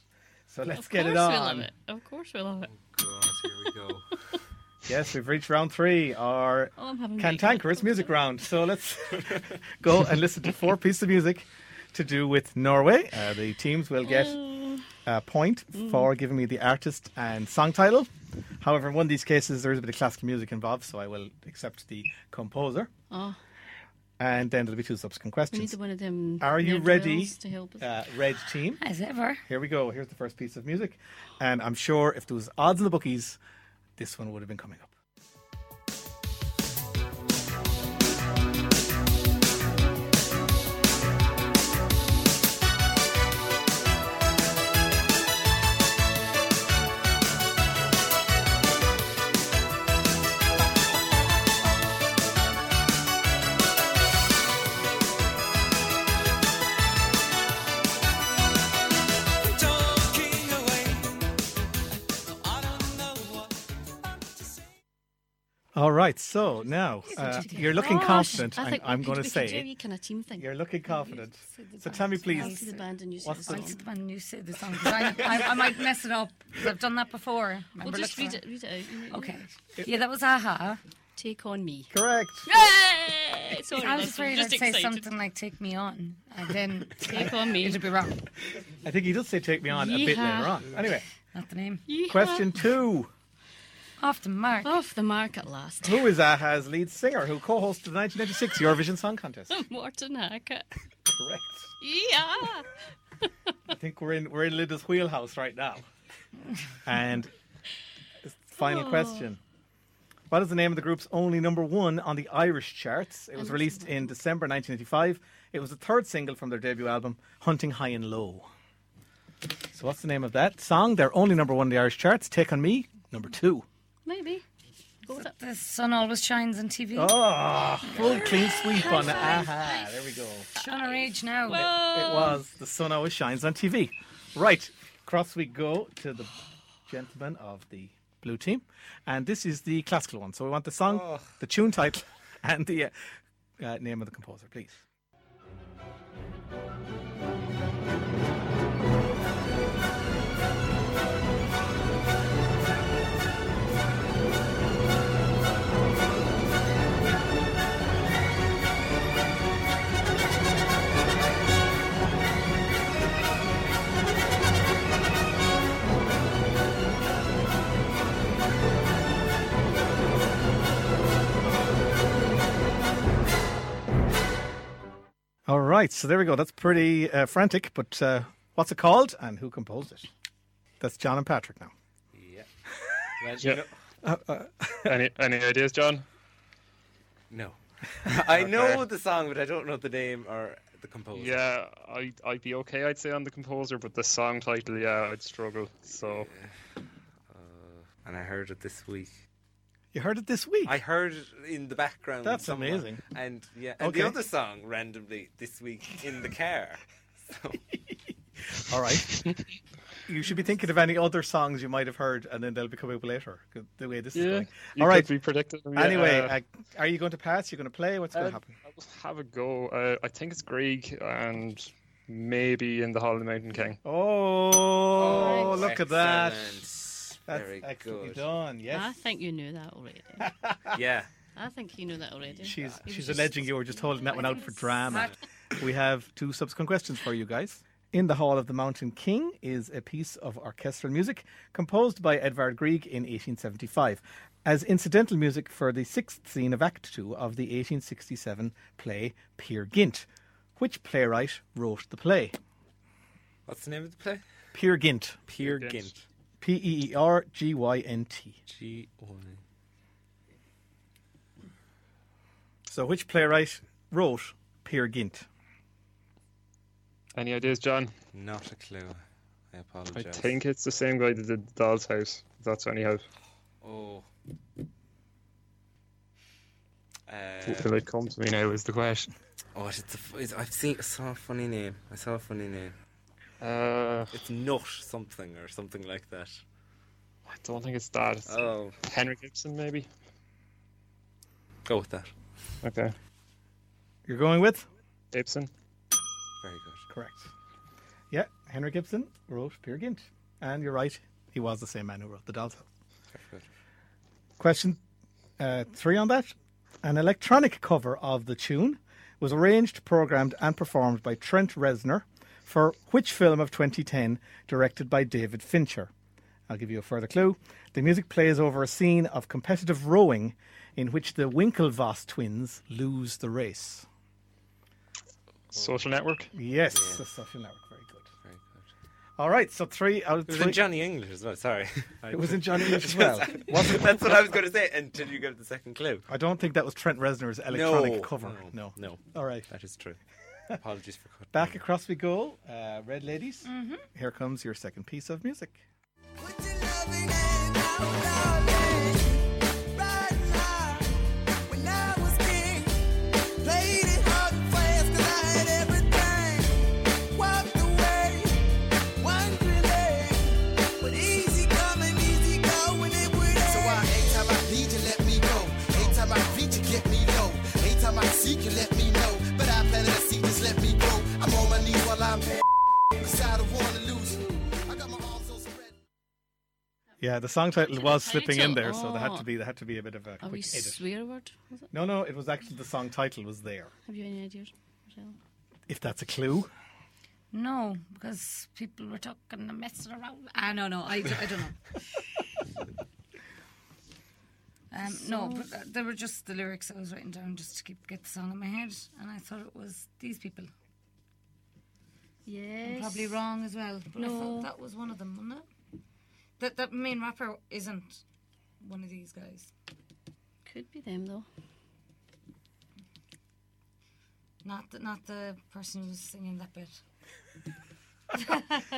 [SPEAKER 1] So let's
[SPEAKER 3] of
[SPEAKER 1] get
[SPEAKER 3] course
[SPEAKER 1] it
[SPEAKER 3] we love
[SPEAKER 1] on.
[SPEAKER 3] it. Of course we love it.
[SPEAKER 7] God, here we go.
[SPEAKER 1] Yes, we've reached round three, our
[SPEAKER 3] Oh, I'm having.
[SPEAKER 1] cantankerous music round. So let's go and listen to four pieces of music to do with Norway. Uh, the teams will get
[SPEAKER 3] Oh.
[SPEAKER 1] a point
[SPEAKER 3] Mm.
[SPEAKER 1] for giving me the artist and song title. However, in one of these cases, there is a bit of classical music involved, so I will accept the composer.
[SPEAKER 3] Oh,
[SPEAKER 1] And then there'll be two subsequent
[SPEAKER 3] we need
[SPEAKER 1] questions.
[SPEAKER 3] to one of them.
[SPEAKER 1] Are you
[SPEAKER 3] ne'er-do-wells
[SPEAKER 1] ready?
[SPEAKER 3] to help us?
[SPEAKER 1] Uh, red team,
[SPEAKER 5] As ever.
[SPEAKER 1] here we go. Here's the first piece of music. And I'm sure if there was odds in the bookies, this one would have been coming up.
[SPEAKER 8] Talking away. I don't know what to say.
[SPEAKER 1] All right, so now uh, you're looking
[SPEAKER 5] Gosh,
[SPEAKER 1] confident.
[SPEAKER 3] Oh, I
[SPEAKER 1] I'm,
[SPEAKER 3] think we
[SPEAKER 1] I'm
[SPEAKER 3] could-
[SPEAKER 1] going to
[SPEAKER 3] we could
[SPEAKER 1] say
[SPEAKER 3] do
[SPEAKER 1] it.
[SPEAKER 3] a kind of team thing.
[SPEAKER 1] You're looking confident.
[SPEAKER 5] said the
[SPEAKER 1] So tell me,
[SPEAKER 5] band. Yeah.
[SPEAKER 3] I'll
[SPEAKER 1] please.
[SPEAKER 3] see the band and you see the
[SPEAKER 1] What's the-
[SPEAKER 3] song.
[SPEAKER 5] I'll sit the band you say the song 'cause I, I, I might mess it up 'cause I've done that before.
[SPEAKER 3] Well,
[SPEAKER 5] Remember,
[SPEAKER 3] just
[SPEAKER 5] look
[SPEAKER 3] read
[SPEAKER 5] for
[SPEAKER 3] it. Read it out. You know,
[SPEAKER 5] Okay. Yeah, that was aha.
[SPEAKER 3] Take on me.
[SPEAKER 1] Correct.
[SPEAKER 3] Yay! Sorry,
[SPEAKER 5] I was
[SPEAKER 3] that's-
[SPEAKER 5] afraid
[SPEAKER 3] just
[SPEAKER 5] I'd say
[SPEAKER 3] excited.
[SPEAKER 5] something like "Take Me On" and then
[SPEAKER 3] Take on me.
[SPEAKER 5] it'd be wrong.
[SPEAKER 1] I think he does say take me on a bit
[SPEAKER 3] Yeehaw.
[SPEAKER 1] later on. Anyway,
[SPEAKER 5] Not the name.
[SPEAKER 3] Yeehaw.
[SPEAKER 1] question two.
[SPEAKER 5] Off the mark.
[SPEAKER 3] Off the mark at last.
[SPEAKER 1] Who is Aha's lead singer who co hosted the 1996 Eurovision Song Contest?
[SPEAKER 3] Hmm. Morton Hackett.
[SPEAKER 1] Correct.
[SPEAKER 3] Yeah.
[SPEAKER 1] I think we're in we're in Linda's wheelhouse right now. And final
[SPEAKER 3] Oh.
[SPEAKER 1] question. What is the name of the group's only number one on the Irish charts? It was released in December 1985. It was the third single from their debut album, Hunting High and Low. So, what's the name of that song? They're only number one on the Irish charts. Take on Me, number two.
[SPEAKER 3] Maybe. Go with it.
[SPEAKER 5] The sun always shines on TV. Oh.
[SPEAKER 1] Oh, full clean sweep on Aha. There we go.
[SPEAKER 5] Showing our age now.
[SPEAKER 1] It
[SPEAKER 4] Uh.
[SPEAKER 1] was The Sun Always Shines on TV. Right, across we go to the gentleman of the blue team. And this is the classical one. So we want the song, the tune title, and the uh, uh, name of the composer, please. All right, so there we go. That's pretty uh, frantic, but uh, what's it called and who composed it? That's John and Patrick now.
[SPEAKER 7] Yeah.
[SPEAKER 4] Yeah. any any ideas, John?
[SPEAKER 7] No. I know the song, but I don't know the name or the composer.
[SPEAKER 4] Yeah, I I'd be okay, I'd say on the composer, but the song title, yeah, I'd struggle. So
[SPEAKER 7] And I heard it this week.
[SPEAKER 1] You heard it this week.
[SPEAKER 7] I heard it in the background.
[SPEAKER 1] That's
[SPEAKER 7] somewhere.
[SPEAKER 1] amazing.
[SPEAKER 7] And yeah, and
[SPEAKER 1] Okay.
[SPEAKER 7] the other song randomly this week in the car. So
[SPEAKER 1] All right. you should be thinking of any other songs you might have heard, and then they'll be coming up later. 'cause The way this is going.
[SPEAKER 4] you
[SPEAKER 1] All right.
[SPEAKER 4] could be predicted. yeah,
[SPEAKER 1] Anyway,
[SPEAKER 4] uh,
[SPEAKER 1] uh, are you going to pass? You're going to play? What's going to
[SPEAKER 4] Uh,
[SPEAKER 1] happen?
[SPEAKER 4] I'll just have a go. Uh, I think it's Greg and maybe in the Hall of the Mountain King.
[SPEAKER 1] Oh, look at that.
[SPEAKER 7] Excellent.
[SPEAKER 1] That's
[SPEAKER 7] Very
[SPEAKER 1] excellently
[SPEAKER 7] good.
[SPEAKER 1] done.
[SPEAKER 3] I
[SPEAKER 1] Yes.
[SPEAKER 3] think you knew that already.
[SPEAKER 7] Yeah.
[SPEAKER 3] I think you knew that already.
[SPEAKER 1] She's
[SPEAKER 3] You
[SPEAKER 1] she's
[SPEAKER 3] just-
[SPEAKER 1] alleging you were just holding that one out for drama. we have two subsequent questions for you guys. In the Hall of the Mountain King is a piece of orchestral music composed by Edvard Grieg in 1875 as incidental music for the sixth scene of Act Two of the 1867 play Peer Gynt. Which playwright wrote the play?
[SPEAKER 7] What's the name of the play?
[SPEAKER 1] Peer Gynt.
[SPEAKER 7] Peer
[SPEAKER 4] Gynt.
[SPEAKER 7] Gynt.
[SPEAKER 1] P E E R G Y N T.
[SPEAKER 7] G O N.
[SPEAKER 1] So, which playwright wrote Peer Gynt?
[SPEAKER 4] Any ideas, John?
[SPEAKER 7] Not a clue. I
[SPEAKER 4] I
[SPEAKER 7] apologize.
[SPEAKER 4] think it's the same guy that did Doll's House. That's any help.
[SPEAKER 7] Oh.
[SPEAKER 4] Till
[SPEAKER 7] Uh,
[SPEAKER 4] it comes to me now is the question.
[SPEAKER 7] oh, it's a, fu- it's, I've seen. I saw a funny name. I saw a funny name.
[SPEAKER 4] Uh,
[SPEAKER 7] It's Nut something or something like that.
[SPEAKER 4] I don't think it's that. It's
[SPEAKER 1] Uh,
[SPEAKER 7] Oh,
[SPEAKER 4] Henry Gibson, maybe.
[SPEAKER 7] go with that.
[SPEAKER 4] Okay,
[SPEAKER 1] You're going with?
[SPEAKER 4] Gibson.
[SPEAKER 1] Oh.
[SPEAKER 7] Very good.
[SPEAKER 1] Correct. Yeah, Henry Gibson wrote Peer Gynt. And you're right, he was the same man who wrote The Doll's House.
[SPEAKER 7] Very good.
[SPEAKER 1] Question uh, three on that. An electronic cover of the tune was arranged, programmed, and performed by Trent Reznor for which film of 2010 directed by David Fincher? I'll give you a further clue. The music plays over a scene of competitive rowing in which the Winklevoss twins lose the race.
[SPEAKER 4] Social Network.
[SPEAKER 1] Yes, the social network. Very good.
[SPEAKER 7] Very good.
[SPEAKER 1] All right, so three out of
[SPEAKER 7] It was
[SPEAKER 1] three.
[SPEAKER 7] in Johnny English as well. Sorry.
[SPEAKER 1] it was in Johnny English as well.
[SPEAKER 7] Wasn't- That's what I was going to say until you gave the second clue.
[SPEAKER 1] I don't think that was Trent Reznor's electronic
[SPEAKER 7] no,
[SPEAKER 1] cover.
[SPEAKER 7] No. No.
[SPEAKER 1] All right.
[SPEAKER 7] That is true. Apologies for cutting.
[SPEAKER 1] Back across we go, uh, Red Ladies.
[SPEAKER 5] Mm-hmm.
[SPEAKER 1] Here comes your second piece of music.
[SPEAKER 8] Put your loving hand out loud and right now. When I was king, played it hard and fast 'cause I had everything. Walked away, one delay, but easy coming, easy going, it would end.
[SPEAKER 9] So why every time I need you, let me go. Every time I reach you, get me low. Every time I seek you, let me know. But I planted a seed, just let me grow. I'm on my knees while I'm Cause I don't wanna lose you. I got my arms so spread.
[SPEAKER 1] Yeah, the song title was slipping in
[SPEAKER 3] title,
[SPEAKER 1] there, so there had
[SPEAKER 3] oh.
[SPEAKER 1] to be there had to be a bit of a
[SPEAKER 3] Are we
[SPEAKER 1] quick edit.
[SPEAKER 3] swear word? Was it?
[SPEAKER 1] No, no, it was actually the song title was there.
[SPEAKER 3] Have you any ideas? Michelle?
[SPEAKER 1] If that's a clue,
[SPEAKER 5] No, because people were talking and messing around. Ah, no, no, I, I don't know. Um, No, but uh, they were just the lyrics I was writing down just to keep get the song in my head, and I thought it was these people.
[SPEAKER 3] Yes.
[SPEAKER 5] I'm probably wrong as well. But I
[SPEAKER 3] No.
[SPEAKER 5] thought that was one of them, wasn't it? That that main rapper isn't one of these guys.
[SPEAKER 3] Could be them though.
[SPEAKER 5] Not the, not the person who's singing that bit.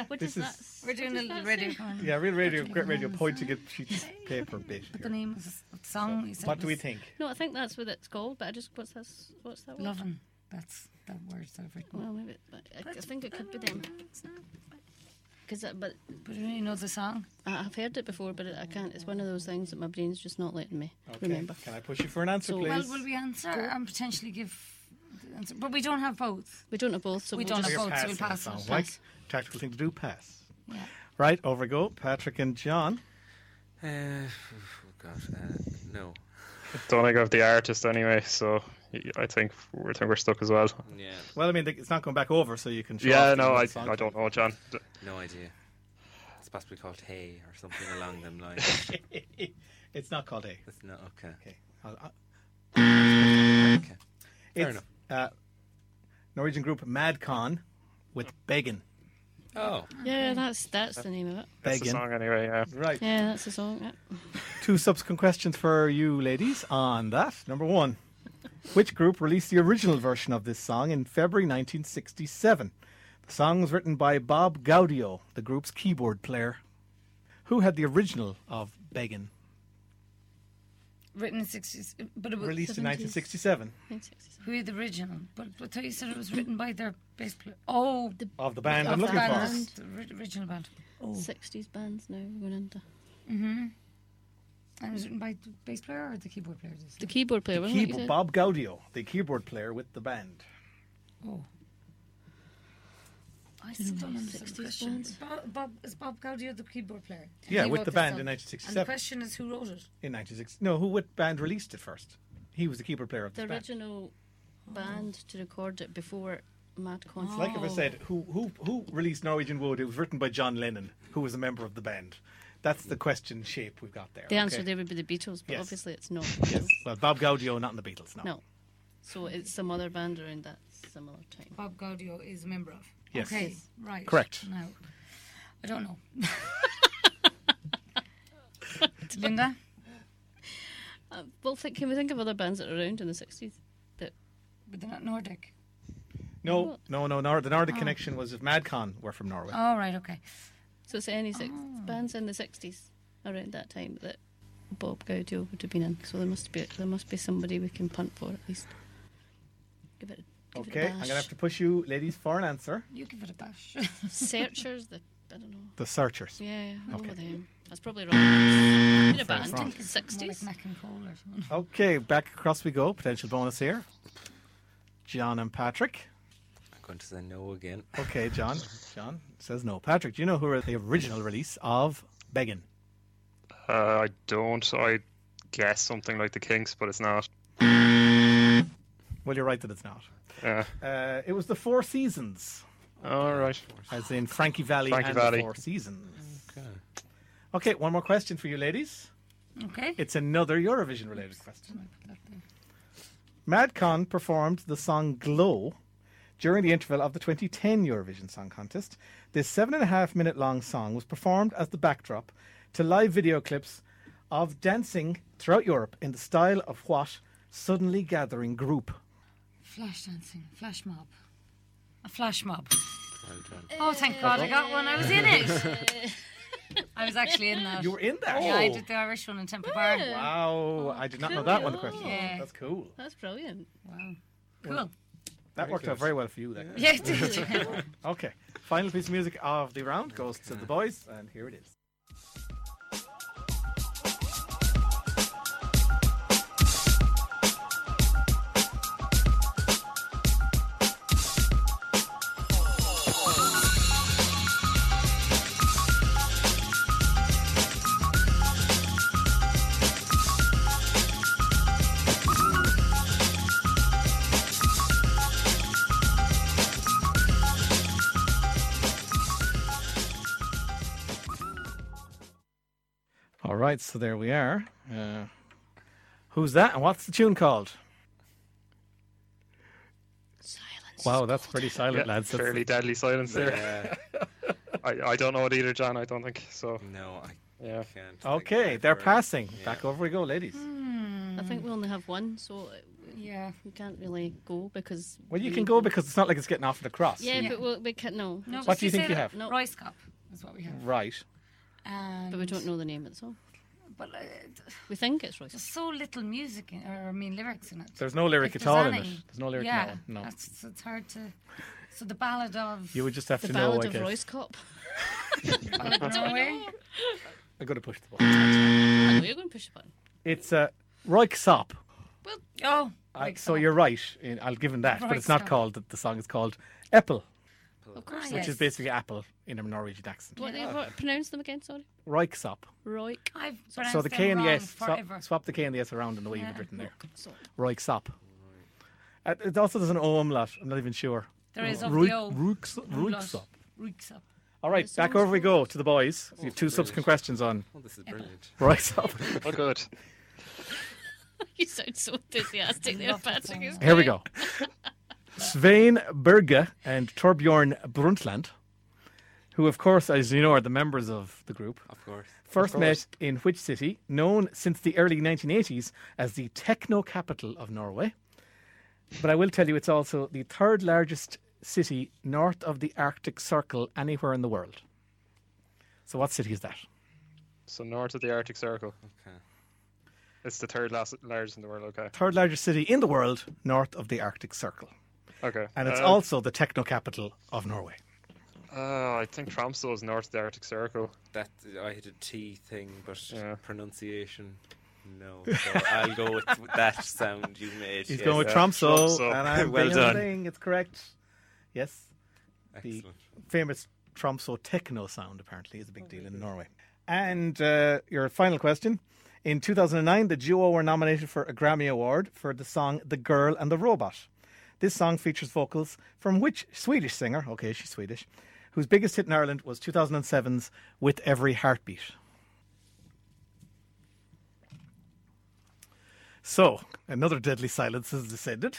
[SPEAKER 3] What
[SPEAKER 1] This
[SPEAKER 3] does that?
[SPEAKER 1] is-
[SPEAKER 3] s-
[SPEAKER 5] We're doing a
[SPEAKER 3] does
[SPEAKER 5] little
[SPEAKER 3] that
[SPEAKER 5] radio.
[SPEAKER 3] say?
[SPEAKER 5] con-
[SPEAKER 1] Yeah, real radio,
[SPEAKER 5] What do you
[SPEAKER 1] great radio.
[SPEAKER 5] want?
[SPEAKER 1] Point to get sheet of paper bit.
[SPEAKER 5] What the
[SPEAKER 1] Here.
[SPEAKER 5] name was of the song? you said
[SPEAKER 1] What do we
[SPEAKER 5] was
[SPEAKER 1] think?
[SPEAKER 3] No, I think that's what it's called. But I just what's that? s- What's that? word?
[SPEAKER 5] Lovin'. That's the words that I've written.
[SPEAKER 3] Well, maybe. But I, I think it could be them. Because but
[SPEAKER 5] But do you know the song?
[SPEAKER 3] I- I've heard it before, but I can't. It's one of those things that my brain's just not letting me
[SPEAKER 1] Okay.
[SPEAKER 3] remember.
[SPEAKER 1] Can I push you for an answer,
[SPEAKER 3] So-
[SPEAKER 1] please?
[SPEAKER 5] Well, will we answer and potentially give the answer? But we don't have both.
[SPEAKER 3] We don't have both, so
[SPEAKER 5] We
[SPEAKER 3] we'll
[SPEAKER 5] don't
[SPEAKER 3] just
[SPEAKER 5] have
[SPEAKER 1] You're
[SPEAKER 5] votes, we'll
[SPEAKER 1] passing,
[SPEAKER 5] pass it.
[SPEAKER 1] sounds like.
[SPEAKER 3] Pass.
[SPEAKER 1] Tactical thing to do. Pass.
[SPEAKER 5] Yeah.
[SPEAKER 1] Right over we go. Patrick and John.
[SPEAKER 7] Uh, oh God, uh, no.
[SPEAKER 4] Don't think of the artist anyway, so I think we're, I think we're stuck as well.
[SPEAKER 7] Yeah,
[SPEAKER 1] Well, I mean, it's not going back over, so you can. Show
[SPEAKER 4] yeah,
[SPEAKER 1] off the
[SPEAKER 4] no, I,
[SPEAKER 1] other song.
[SPEAKER 4] I don't know, John. D-
[SPEAKER 7] no idea. It's supposed to be called Hay or something along them lines.
[SPEAKER 1] it's not called A.
[SPEAKER 7] That's not okay.
[SPEAKER 1] Okay. I'll- I'll-
[SPEAKER 7] Okay.
[SPEAKER 1] It's,
[SPEAKER 7] enough.
[SPEAKER 1] Uh, Norwegian group Madcon with Beggin.
[SPEAKER 7] Oh,
[SPEAKER 3] Yeah, that's that's the name of it.
[SPEAKER 4] That's the
[SPEAKER 1] Beggin.
[SPEAKER 4] song anyway, yeah.
[SPEAKER 1] Right.
[SPEAKER 3] Yeah, that's the song. yeah.
[SPEAKER 1] Two subsequent questions for you ladies on that. Number one Which group released the original version of this song in February 1967? The song was written by Bob Gaudio, the group's keyboard player. Who had the original of Beggin?
[SPEAKER 5] Written in 60s, but it was
[SPEAKER 1] Released in
[SPEAKER 3] 70s.
[SPEAKER 1] 1967
[SPEAKER 3] 1967.
[SPEAKER 5] who the original. But I thought you said it was written by their bass player. Oh, the
[SPEAKER 1] of the band
[SPEAKER 3] Of
[SPEAKER 1] I'm
[SPEAKER 3] the
[SPEAKER 1] looking
[SPEAKER 3] band.
[SPEAKER 1] for.
[SPEAKER 5] That's the ri- original band.
[SPEAKER 1] Oh.
[SPEAKER 3] 60s bands now we're going into.
[SPEAKER 5] And it was written by the bass player or the keyboard player?
[SPEAKER 3] The keyboard player, wasn't it? you
[SPEAKER 1] Keybo-
[SPEAKER 3] said?
[SPEAKER 1] Bob Gaudio, the keyboard player with the band.
[SPEAKER 5] Oh. I still don't understand the
[SPEAKER 3] 60s
[SPEAKER 5] question.
[SPEAKER 3] bands.
[SPEAKER 5] Bob, Bob, is Bob Gaudio the keyboard player? And
[SPEAKER 1] Yeah,
[SPEAKER 5] he
[SPEAKER 1] with
[SPEAKER 5] wrote
[SPEAKER 1] the
[SPEAKER 5] this
[SPEAKER 1] band
[SPEAKER 5] song.
[SPEAKER 1] in
[SPEAKER 5] And the
[SPEAKER 1] 1967.
[SPEAKER 5] question is who wrote it?
[SPEAKER 1] In 1960. No, who what band released it first? He was the keyboard player of
[SPEAKER 3] The
[SPEAKER 1] this band.
[SPEAKER 3] original band to record it before Mad Con.
[SPEAKER 1] It's like if I said, who, who, who released Norwegian Wood? It was written by John Lennon, who was a member of the band. That's the question shape we've got there.
[SPEAKER 3] The answer
[SPEAKER 1] okay?
[SPEAKER 3] there would be the Beatles, but
[SPEAKER 1] Yes.
[SPEAKER 3] obviously it's not.
[SPEAKER 1] Yes. Well, Bob Gaudio, not in the Beatles, no.
[SPEAKER 3] No. So it's some other band around that similar time.
[SPEAKER 5] Bob Gaudio is a member of.
[SPEAKER 1] Yes.
[SPEAKER 5] Okay, right.
[SPEAKER 1] Correct.
[SPEAKER 5] Now, I don't know. Linda?
[SPEAKER 3] Uh, Well, think, can we think of other bands that are around in the 60s? That
[SPEAKER 5] But they're not Nordic.
[SPEAKER 1] No, no, no. Nor- the Nordic
[SPEAKER 3] Oh.
[SPEAKER 1] connection was if Madcon were from Norway.
[SPEAKER 5] All right, okay.
[SPEAKER 3] So it's any six
[SPEAKER 1] Ah.
[SPEAKER 3] bands in the 60s around that time that Bob Gaudio would have been in. So there must be there must be somebody we can punt for at least. Give it. a- Give
[SPEAKER 1] okay,
[SPEAKER 3] it a
[SPEAKER 1] I'm going to
[SPEAKER 3] bash.
[SPEAKER 1] have to push you, ladies, for an answer.
[SPEAKER 5] You give it a bash.
[SPEAKER 3] Searchers, the I don't know.
[SPEAKER 1] The Searchers.
[SPEAKER 3] Yeah, I'll go with
[SPEAKER 1] Okay.
[SPEAKER 3] them. That's probably wrong. They're a
[SPEAKER 1] That's
[SPEAKER 3] band,
[SPEAKER 1] wrong.
[SPEAKER 5] More like
[SPEAKER 3] sixties.
[SPEAKER 5] Mac and Cole or something.
[SPEAKER 1] Okay, back across we go. Potential bonus here. John and Patrick.
[SPEAKER 7] I'm going to say no again.
[SPEAKER 1] Okay, John. John says no. Patrick, do you know who were the original release of Beggin?
[SPEAKER 4] Uh, I don't. I guess something like the Kinks, but it's not.
[SPEAKER 1] Well, you're right that it's not.
[SPEAKER 4] Yeah.
[SPEAKER 1] Uh, it was the Four Seasons.
[SPEAKER 4] All right.
[SPEAKER 1] As in Frankie Valley
[SPEAKER 4] Frankie
[SPEAKER 1] and
[SPEAKER 4] Valli.
[SPEAKER 1] the Four Seasons. Okay. one more question for you ladies.
[SPEAKER 5] Okay.
[SPEAKER 1] It's another Eurovision related
[SPEAKER 5] I
[SPEAKER 1] question.
[SPEAKER 5] put that there.
[SPEAKER 1] Madcon performed the song Glow during the interval of the 2010 Eurovision Song Contest. This seven and a half minute long song was performed as the backdrop to live video clips of dancing throughout Europe in the style of what suddenly gathering group.
[SPEAKER 5] Flash dancing, flash mob. A flash mob.
[SPEAKER 7] Well done.
[SPEAKER 5] Oh, thank God I got one. I was in it. I was actually in that.
[SPEAKER 1] You were in there.
[SPEAKER 5] Yeah, I did the Irish one in Temple Bar. Wow.
[SPEAKER 1] Wow, I did not know that one
[SPEAKER 3] cool.
[SPEAKER 1] question.
[SPEAKER 5] Yeah.
[SPEAKER 1] That's cool.
[SPEAKER 3] That's brilliant.
[SPEAKER 5] Cool.
[SPEAKER 1] That worked out very well for you. That question.
[SPEAKER 5] Yeah, it did.
[SPEAKER 1] Okay. Final piece of music of the round goes to the boys, and here it is. All right, so there we are. Uh, Who's that? And what's the tune called?
[SPEAKER 3] Silence.
[SPEAKER 1] Wow, that's pretty silent,
[SPEAKER 4] Yeah,
[SPEAKER 1] lads. That's-
[SPEAKER 4] fairly deadly silence there.
[SPEAKER 7] Yeah.
[SPEAKER 4] I, I don't know it either, John. I don't think so.
[SPEAKER 7] No, I
[SPEAKER 4] Yeah.
[SPEAKER 7] can't. think
[SPEAKER 1] Okay,
[SPEAKER 7] I've
[SPEAKER 1] they're
[SPEAKER 7] heard it.
[SPEAKER 1] passing.
[SPEAKER 7] Yeah.
[SPEAKER 1] Back over we go, ladies.
[SPEAKER 3] I think we only have one, so
[SPEAKER 5] Yeah.
[SPEAKER 3] we can't really go because.
[SPEAKER 1] Well, you
[SPEAKER 3] we-
[SPEAKER 1] can go because it's not like it's getting offered across.
[SPEAKER 3] Yeah,
[SPEAKER 5] Yeah.
[SPEAKER 3] but we'll, we can't. No.
[SPEAKER 5] No,
[SPEAKER 1] What do you
[SPEAKER 5] she
[SPEAKER 1] think
[SPEAKER 5] said
[SPEAKER 1] you
[SPEAKER 5] it-
[SPEAKER 1] have?
[SPEAKER 3] No.
[SPEAKER 5] Rice cup is what we have.
[SPEAKER 1] Right.
[SPEAKER 5] And
[SPEAKER 3] But we don't know the name itself.
[SPEAKER 5] But uh,
[SPEAKER 3] We think it's Royce.
[SPEAKER 5] there's so little music, in, or I mean lyrics in it.
[SPEAKER 1] There's no lyric
[SPEAKER 5] If
[SPEAKER 1] at all in it.
[SPEAKER 5] any.
[SPEAKER 1] There's no lyric
[SPEAKER 5] yeah,
[SPEAKER 1] in that one. No.
[SPEAKER 5] that's- it's hard to. So the ballad of
[SPEAKER 1] You would just have
[SPEAKER 3] The
[SPEAKER 1] to know,
[SPEAKER 3] Ballad
[SPEAKER 1] I
[SPEAKER 3] of Royce
[SPEAKER 1] guess.
[SPEAKER 3] Cop.
[SPEAKER 5] Ballad of Norway.
[SPEAKER 1] I'm going to push the button.
[SPEAKER 3] I know you're going to push the button.
[SPEAKER 1] It's uh, Royksop.
[SPEAKER 5] Oh,
[SPEAKER 1] I,
[SPEAKER 5] like
[SPEAKER 1] so
[SPEAKER 5] some-
[SPEAKER 1] you're right. in- I'll give him that. But it's not
[SPEAKER 5] Royksop.
[SPEAKER 1] called, the song is called Apple,
[SPEAKER 5] of course,
[SPEAKER 1] which is basically apple in a Norwegian accent.
[SPEAKER 3] What, yeah. what, pronounce them again, sorry.
[SPEAKER 1] Royksop.
[SPEAKER 3] Roik.
[SPEAKER 5] I've
[SPEAKER 1] So the K and the S, swap,
[SPEAKER 5] forever.
[SPEAKER 1] swap the K and the S around in the way you've written there.
[SPEAKER 3] So,
[SPEAKER 1] Royksop. Uh, it also does an O umlaut. I'm not even sure.
[SPEAKER 5] There is of the
[SPEAKER 1] Roy-
[SPEAKER 5] old
[SPEAKER 1] Royks-
[SPEAKER 5] umlaut.
[SPEAKER 1] Royksop.
[SPEAKER 5] Reeks up.
[SPEAKER 1] All right, back over we go to the boys. We have two subsequent questions on
[SPEAKER 7] Oh, this is brilliant. Mm.
[SPEAKER 1] Royksop.
[SPEAKER 4] Oh, good.
[SPEAKER 3] you sound so enthusiastic there,
[SPEAKER 5] Love that
[SPEAKER 3] Patrick.
[SPEAKER 5] song.
[SPEAKER 3] It's
[SPEAKER 1] Here we
[SPEAKER 3] great.
[SPEAKER 1] go. Svein Berge and Torbjorn Brundtland, who, of course, as you know, are the members of the group,
[SPEAKER 7] Of course.
[SPEAKER 1] first met in which city, known since the early 1980s as the techno capital of Norway. But I will tell you, it's also the third largest city north of the Arctic Circle anywhere in the world. So, what city is that?
[SPEAKER 4] So north of the Arctic Circle.
[SPEAKER 7] Okay.
[SPEAKER 4] It's the third last, largest in the world. Okay.
[SPEAKER 1] Third largest city in the world north of the Arctic Circle.
[SPEAKER 4] Okay.
[SPEAKER 1] And it's
[SPEAKER 4] Uh,
[SPEAKER 1] also the techno capital of Norway.
[SPEAKER 4] Uh, I think Tromsø is north of the Arctic Circle.
[SPEAKER 7] That I had a T thing, but
[SPEAKER 4] Yeah.
[SPEAKER 7] pronunciation. No, so I'll go with that sound you made.
[SPEAKER 1] He's
[SPEAKER 7] yes.
[SPEAKER 1] going with
[SPEAKER 4] uh,
[SPEAKER 1] Tromso,
[SPEAKER 4] Tromsø.
[SPEAKER 1] and I'm
[SPEAKER 7] Well
[SPEAKER 1] well
[SPEAKER 7] done.
[SPEAKER 1] done. It's correct. Yes, the-
[SPEAKER 7] Excellent.
[SPEAKER 1] famous Tromso techno sound apparently is a big deal in Norway. And uh, your final question: In 2009, the duo were nominated for a Grammy Award for the song "The Girl and the Robot." This song features vocals from which Swedish singer? Okay, she's Swedish, whose biggest hit in Ireland was 2007's "With Every Heartbeat." So, another deadly silence has descended.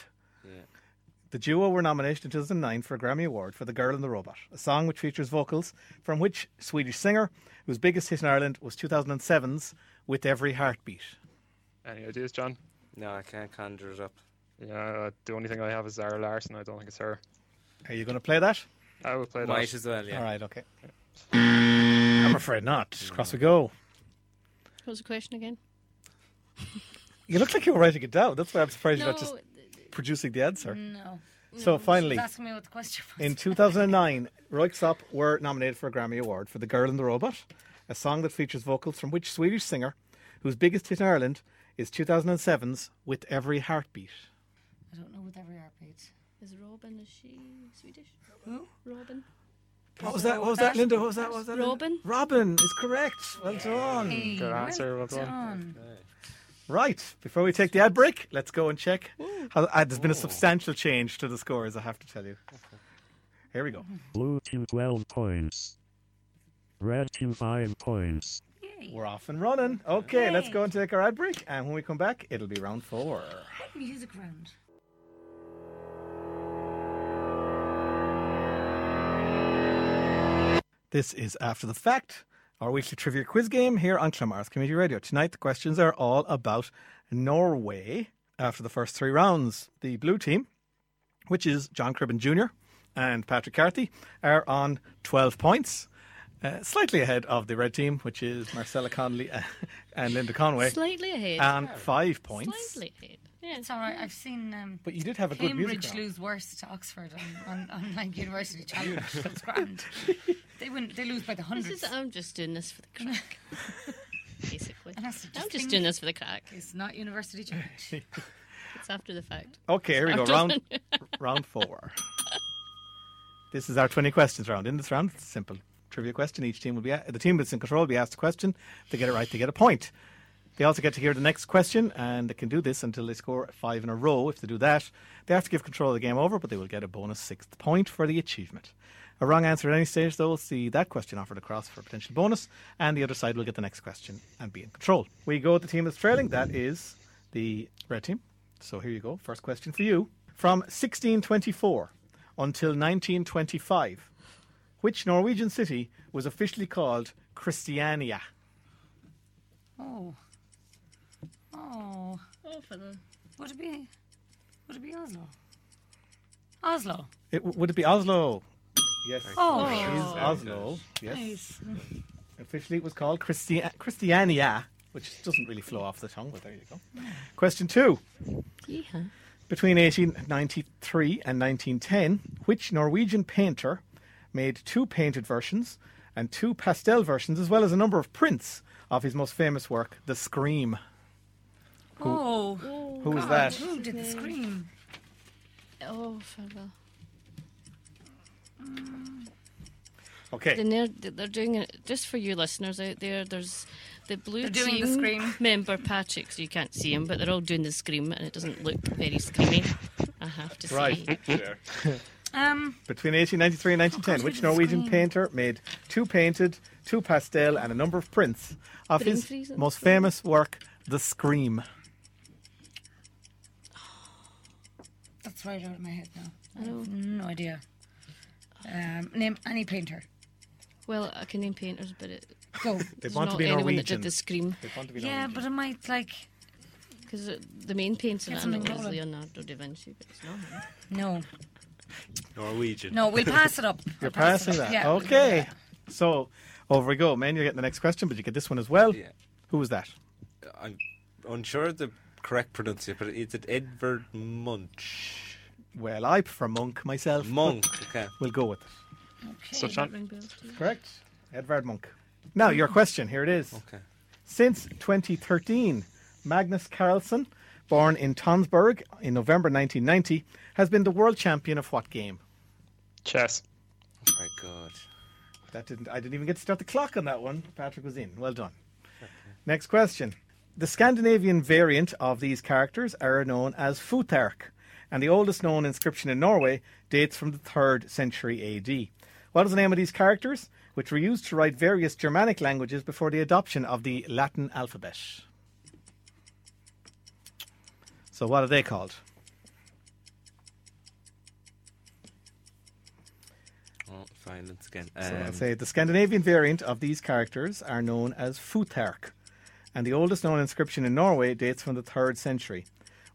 [SPEAKER 1] The duo were nominated in 2009 for a Grammy Award for The Girl and the Robot, a song which features vocals from which Swedish singer, whose biggest hit in Ireland was 2007's With Every Heartbeat.
[SPEAKER 4] Any ideas, John?
[SPEAKER 7] No, I can't conjure it up.
[SPEAKER 4] Yeah, uh, the only thing I have is Zara Larson. I don't think it's her.
[SPEAKER 1] Are you going to play that?
[SPEAKER 4] I will play
[SPEAKER 7] Might
[SPEAKER 4] that.
[SPEAKER 7] as well, yeah.
[SPEAKER 1] All right, okay. I'm afraid not. Across we go.
[SPEAKER 3] What was the question again?
[SPEAKER 1] You look like you were writing it down. That's why I'm surprised you're
[SPEAKER 3] No,
[SPEAKER 1] not just producing the answer.
[SPEAKER 5] No.
[SPEAKER 1] so finally,
[SPEAKER 5] She's asking me what the question was.
[SPEAKER 1] In 2009, Royksop were nominated for a Grammy Award for The Girl and the Robot, a song that features vocals from which Swedish singer, whose biggest hit in Ireland is 2007's With Every Heartbeat.
[SPEAKER 5] I don't know what every heartbeat.
[SPEAKER 3] Is Robin, is she Swedish?
[SPEAKER 5] Who?
[SPEAKER 3] Robin?
[SPEAKER 1] What was that? What was that, Linda? What was that? What was that? Linda?
[SPEAKER 3] Robin?
[SPEAKER 1] Robin is correct. Well done.
[SPEAKER 5] Hey,
[SPEAKER 4] Good answer. Well
[SPEAKER 5] well
[SPEAKER 4] done.
[SPEAKER 5] done.
[SPEAKER 1] Right. Before we take the ad break, let's go and check. How, uh, there's been a substantial change to the scores, I have to tell you. Here we go.
[SPEAKER 6] Blue team 12 points. Red team 5 points.
[SPEAKER 5] Yay.
[SPEAKER 1] We're off and running. Okay, let's go and take our ad break. And when we come back, it'll be round four.
[SPEAKER 5] Music round.
[SPEAKER 1] This is After the Fact, our weekly trivia quiz game here on Clamars Community Radio. Tonight, the questions are all about Norway after the first three rounds. The blue team, which is John Cribben Jr. and Patrick Carthy, are on 12 points, uh, slightly ahead of the red team, which is Marcella Connolly and Linda Conway,
[SPEAKER 3] Slightly ahead.
[SPEAKER 1] and five points.
[SPEAKER 3] Slightly ahead. Yeah.
[SPEAKER 5] It's all right. I've seen um,
[SPEAKER 1] But you did have a good music.
[SPEAKER 5] Cambridge
[SPEAKER 1] round.
[SPEAKER 5] lose worse to Oxford on, on, on like University Challenge. That's grand. They win. They lose by the
[SPEAKER 3] This
[SPEAKER 5] hundreds.
[SPEAKER 3] is, uh, I'm just doing this for the crack, basically.
[SPEAKER 5] And that's
[SPEAKER 3] I'm just
[SPEAKER 5] thing-
[SPEAKER 3] doing this for the crack.
[SPEAKER 5] It's not University Challenge.
[SPEAKER 3] It's after the fact.
[SPEAKER 1] Okay, here we go.
[SPEAKER 3] I'm
[SPEAKER 1] Round
[SPEAKER 3] just-
[SPEAKER 1] round four. This is our twenty questions round. In this round, it's simple trivia question. Each team will be a- the team that's in control will be asked a question. If they get it right, they get a point. They also get to hear the next question, and they can do this until they score five in a row. If they do that, they have to give control of the game over, but they will get a bonus sixth point for the achievement. A wrong answer at any stage, though, will see that question offered across for a potential bonus, and the other side will get the next question and be in control. We go with the team that's trailing. That is the red team. So here you go. First question for you. From 1624 until 1925, which Norwegian city was officially called Christiania?
[SPEAKER 5] Oh. Oh.
[SPEAKER 3] Oh, for the.
[SPEAKER 5] Would it be? Would it be Oslo? Oslo.
[SPEAKER 1] It, would it be Oslo? Yes.
[SPEAKER 5] Oh.
[SPEAKER 1] It is Oslo. Yes.
[SPEAKER 5] Nice.
[SPEAKER 1] Officially, it was called Christi- Christiania, which doesn't really flow off the tongue, but there you go. Question two.
[SPEAKER 10] Yeehaw.
[SPEAKER 1] Between 1893 and 1910, which Norwegian painter made two painted versions and two pastel versions, as well as a number of prints of his most famous work, The Scream?
[SPEAKER 5] Oh.
[SPEAKER 1] Who was that?
[SPEAKER 5] Who did the scream?
[SPEAKER 3] Oh, for the.
[SPEAKER 1] Okay.
[SPEAKER 3] Then they're, they're doing it just for you listeners out there. There's the blue
[SPEAKER 5] They're doing
[SPEAKER 3] team
[SPEAKER 5] the scream.
[SPEAKER 3] member Patrick, so you can't see him, but they're all doing the scream, and it doesn't look very screamy. I have to say.
[SPEAKER 1] Right.
[SPEAKER 5] Um.
[SPEAKER 1] Between 1893 and 1910, which Norwegian painter made two painted, two pastel, and a number of prints of his
[SPEAKER 3] Printfries and
[SPEAKER 1] most
[SPEAKER 3] Scream.
[SPEAKER 1] famous work, The Scream?
[SPEAKER 5] That's right out of my head now. I
[SPEAKER 3] Oh.
[SPEAKER 5] have no idea. Um, name any painter.
[SPEAKER 3] Well, I can name painters, but it,
[SPEAKER 5] Go.
[SPEAKER 1] They
[SPEAKER 3] there's
[SPEAKER 1] want
[SPEAKER 3] not
[SPEAKER 1] to be
[SPEAKER 3] anyone that
[SPEAKER 1] Norwegian.
[SPEAKER 3] did the scream
[SPEAKER 1] They want to be
[SPEAKER 5] yeah,
[SPEAKER 1] Norwegian.
[SPEAKER 5] but it might like
[SPEAKER 3] because the main painter
[SPEAKER 5] Get
[SPEAKER 3] I know
[SPEAKER 5] something
[SPEAKER 3] is
[SPEAKER 5] rolling.
[SPEAKER 3] Leonardo da Vinci, but it's not him.
[SPEAKER 5] no,
[SPEAKER 7] Norwegian.
[SPEAKER 5] no. We'll pass it up.
[SPEAKER 1] You're
[SPEAKER 5] I'll pass
[SPEAKER 1] passing
[SPEAKER 5] it up.
[SPEAKER 1] that.
[SPEAKER 5] Yeah, we'll do
[SPEAKER 1] okay.
[SPEAKER 5] that.
[SPEAKER 1] So over we go. Man, you're getting the next question, but you get this one as well.
[SPEAKER 7] Yeah.
[SPEAKER 1] Who was that?
[SPEAKER 7] I'm unsure of the correct pronunciation, but is it Edvard Munch?
[SPEAKER 1] Well, I prefer Monk myself. but
[SPEAKER 7] Monk. Okay.
[SPEAKER 1] We'll go with it.
[SPEAKER 5] Okay.
[SPEAKER 4] So, Sean,
[SPEAKER 3] Ring bells to you.
[SPEAKER 1] Correct. Edvard Monk. Now, your question. Here it is.
[SPEAKER 7] Okay.
[SPEAKER 1] Since 2013, Magnus Carlsen, born in Tonsberg in November 1990, has been the world champion of what game?
[SPEAKER 4] chess.
[SPEAKER 7] Very good.
[SPEAKER 1] That didn't. I didn't even get to start the clock on that one. Patrick was in. Well done. Next question. The Scandinavian variant of these characters are known as Futhark, and the oldest known inscription in Norway dates from the 3rd century AD. What is the name of these characters, which were used to write various Germanic languages before the adoption of the Latin alphabet? So, what are they called?
[SPEAKER 7] Oh, silence again.
[SPEAKER 1] So
[SPEAKER 7] Um,
[SPEAKER 1] I'll say the Scandinavian variant of these characters are known as Futhark, and the oldest known inscription in Norway dates from the 3rd century.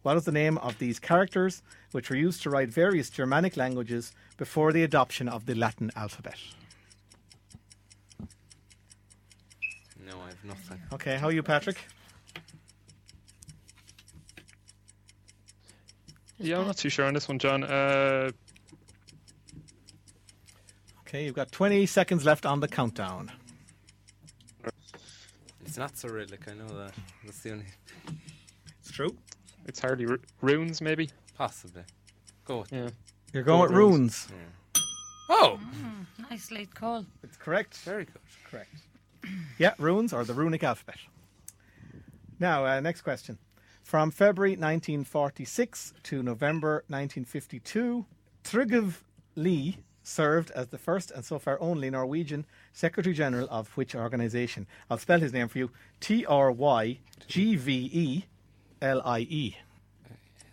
[SPEAKER 1] What is the name of these characters, which were used to write various Germanic languages before the adoption of the Latin alphabet?
[SPEAKER 7] No, I have nothing.
[SPEAKER 1] Okay, how are you, Patrick?
[SPEAKER 4] Yeah, I'm not too sure on this one, John. Uh,
[SPEAKER 1] Okay, you've got 20 seconds left on the countdown.
[SPEAKER 7] It's not Cyrillic. I know that. That's the only
[SPEAKER 1] It's true.
[SPEAKER 4] it's hardly ru- runes, maybe.
[SPEAKER 7] possibly. Go. With
[SPEAKER 4] Yeah.
[SPEAKER 1] You're going with runes.
[SPEAKER 7] Oh,
[SPEAKER 5] Nice late call.
[SPEAKER 1] It's correct.
[SPEAKER 7] very good.
[SPEAKER 1] Correct. Yeah, runes or the runic alphabet. Now, uh, next question. From February 1946 to November 1952, Tryggv Lee served as the first and so far only Norwegian Secretary General of which organization? I'll spell his name for you T R Y G V E L I E.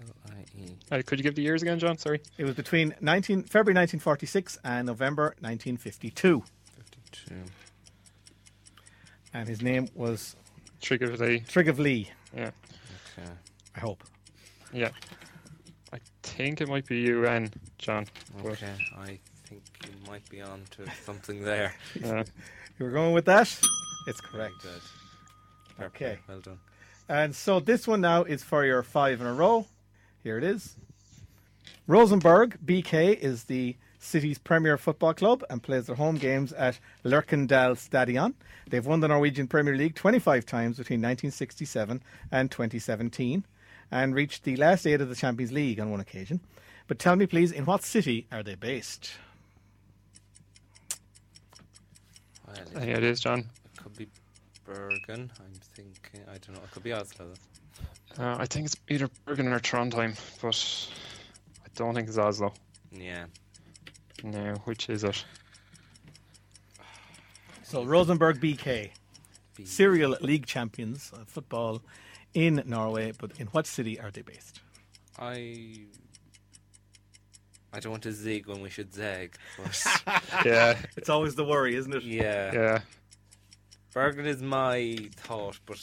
[SPEAKER 7] L I E.
[SPEAKER 4] Uh, could you give the years again, John? Sorry.
[SPEAKER 1] It was between 19, February 1946 and November 1952.
[SPEAKER 7] Fifty-two.
[SPEAKER 1] And his name was
[SPEAKER 4] Trigger of the.
[SPEAKER 1] Tryggv Lee,
[SPEAKER 4] Yeah.
[SPEAKER 7] Okay.
[SPEAKER 1] I hope.
[SPEAKER 4] Yeah. I think it might be UN, John. but,
[SPEAKER 7] Okay. I think you might be on to something there.
[SPEAKER 4] uh,
[SPEAKER 1] You were going with that? It's
[SPEAKER 7] Very
[SPEAKER 1] correct.
[SPEAKER 7] good.
[SPEAKER 1] Okay.
[SPEAKER 7] Well done.
[SPEAKER 1] And so this one now is for your five in a row. Here it is. Rosenborg BK is the city's premier football club and plays their home games at Lerkendal Stadion. They've won the Norwegian Premier League 25 times between 1967 and 2017 and reached the last eight of the Champions League on one occasion. But tell me, please, in what city are they based?
[SPEAKER 7] Well,
[SPEAKER 4] I
[SPEAKER 7] it
[SPEAKER 4] think it is, John.
[SPEAKER 7] could be Bergen. I'm thinking. I don't know. It could be Oslo. Though.
[SPEAKER 4] Uh, I think it's either Bergen or Trondheim, but I don't think it's Oslo.
[SPEAKER 7] Yeah.
[SPEAKER 4] No, which is it?
[SPEAKER 1] So Rosenborg BK, serial league champions of football in Norway, but in what city are they based?
[SPEAKER 7] I. I don't want to zig when we should zag. But
[SPEAKER 4] Yeah,
[SPEAKER 1] It's always the worry, isn't it?
[SPEAKER 7] yeah.
[SPEAKER 4] yeah.
[SPEAKER 7] Bergen is my thought, but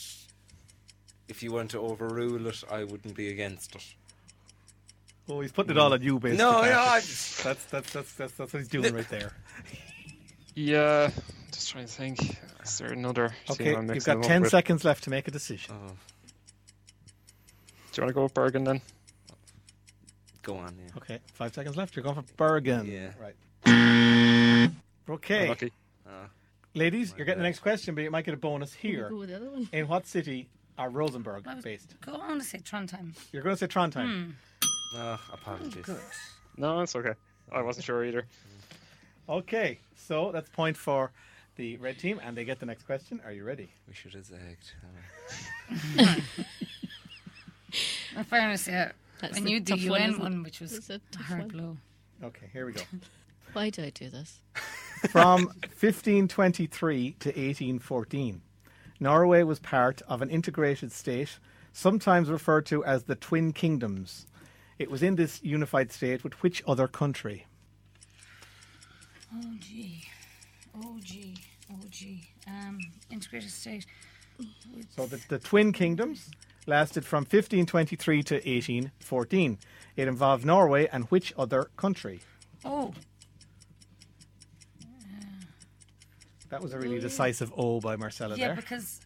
[SPEAKER 7] if you want to overrule it, I wouldn't be against it.
[SPEAKER 1] Oh, he's putting it all on you, basically.
[SPEAKER 7] No,
[SPEAKER 1] Patrick.
[SPEAKER 7] no, I-
[SPEAKER 1] That's, that's, that's, that's, that's what he's doing right there.
[SPEAKER 4] Yeah, just trying to think. Is there another?
[SPEAKER 1] Okay,
[SPEAKER 4] team I'm
[SPEAKER 1] you've got
[SPEAKER 4] mixing them up
[SPEAKER 1] 10
[SPEAKER 4] with?
[SPEAKER 1] seconds left to make a decision.
[SPEAKER 7] Oh,
[SPEAKER 4] Do you want to go with Bergen then?
[SPEAKER 7] go on, yeah.
[SPEAKER 1] Okay, five seconds left. You're going for Bergen.
[SPEAKER 7] Yeah.
[SPEAKER 1] Right. Okay,
[SPEAKER 4] Lucky.
[SPEAKER 7] Ah,
[SPEAKER 1] ladies, you're getting the
[SPEAKER 7] bad.
[SPEAKER 1] next question, but you might get a bonus
[SPEAKER 3] Go
[SPEAKER 1] here.
[SPEAKER 3] with the other one.
[SPEAKER 1] In what city are Rosenberg
[SPEAKER 5] I was-
[SPEAKER 1] based?
[SPEAKER 5] Go on to say Trondheim.
[SPEAKER 1] You're going to say Trondheim.
[SPEAKER 7] ah, apologies.
[SPEAKER 4] No, it's okay. I wasn't sure either.
[SPEAKER 1] Okay, so that's point for the red team, and they get the next question. Are you ready?
[SPEAKER 7] We should have zagged.
[SPEAKER 5] In fairness, yeah.
[SPEAKER 3] That's
[SPEAKER 5] I
[SPEAKER 3] the
[SPEAKER 5] knew the
[SPEAKER 3] tough one,
[SPEAKER 5] UN
[SPEAKER 3] isn't it?
[SPEAKER 5] one, which was
[SPEAKER 3] That's a
[SPEAKER 5] a
[SPEAKER 3] tough
[SPEAKER 5] hard
[SPEAKER 3] one.
[SPEAKER 5] blow.
[SPEAKER 1] Okay, here we go.
[SPEAKER 3] Why do I do this?
[SPEAKER 1] From 1523 to 1814, Norway was part of an integrated state, sometimes referred to as the Twin Kingdoms. It was in this unified state with which other country?
[SPEAKER 5] Oh gee, oh gee, oh gee. Um, integrated state.
[SPEAKER 1] So the, the Twin Kingdoms lasted from 1523 to 1814. It involved Norway and which other country?
[SPEAKER 5] Oh,
[SPEAKER 1] That was a really decisive O by Marcella
[SPEAKER 5] yeah,
[SPEAKER 1] there.
[SPEAKER 5] because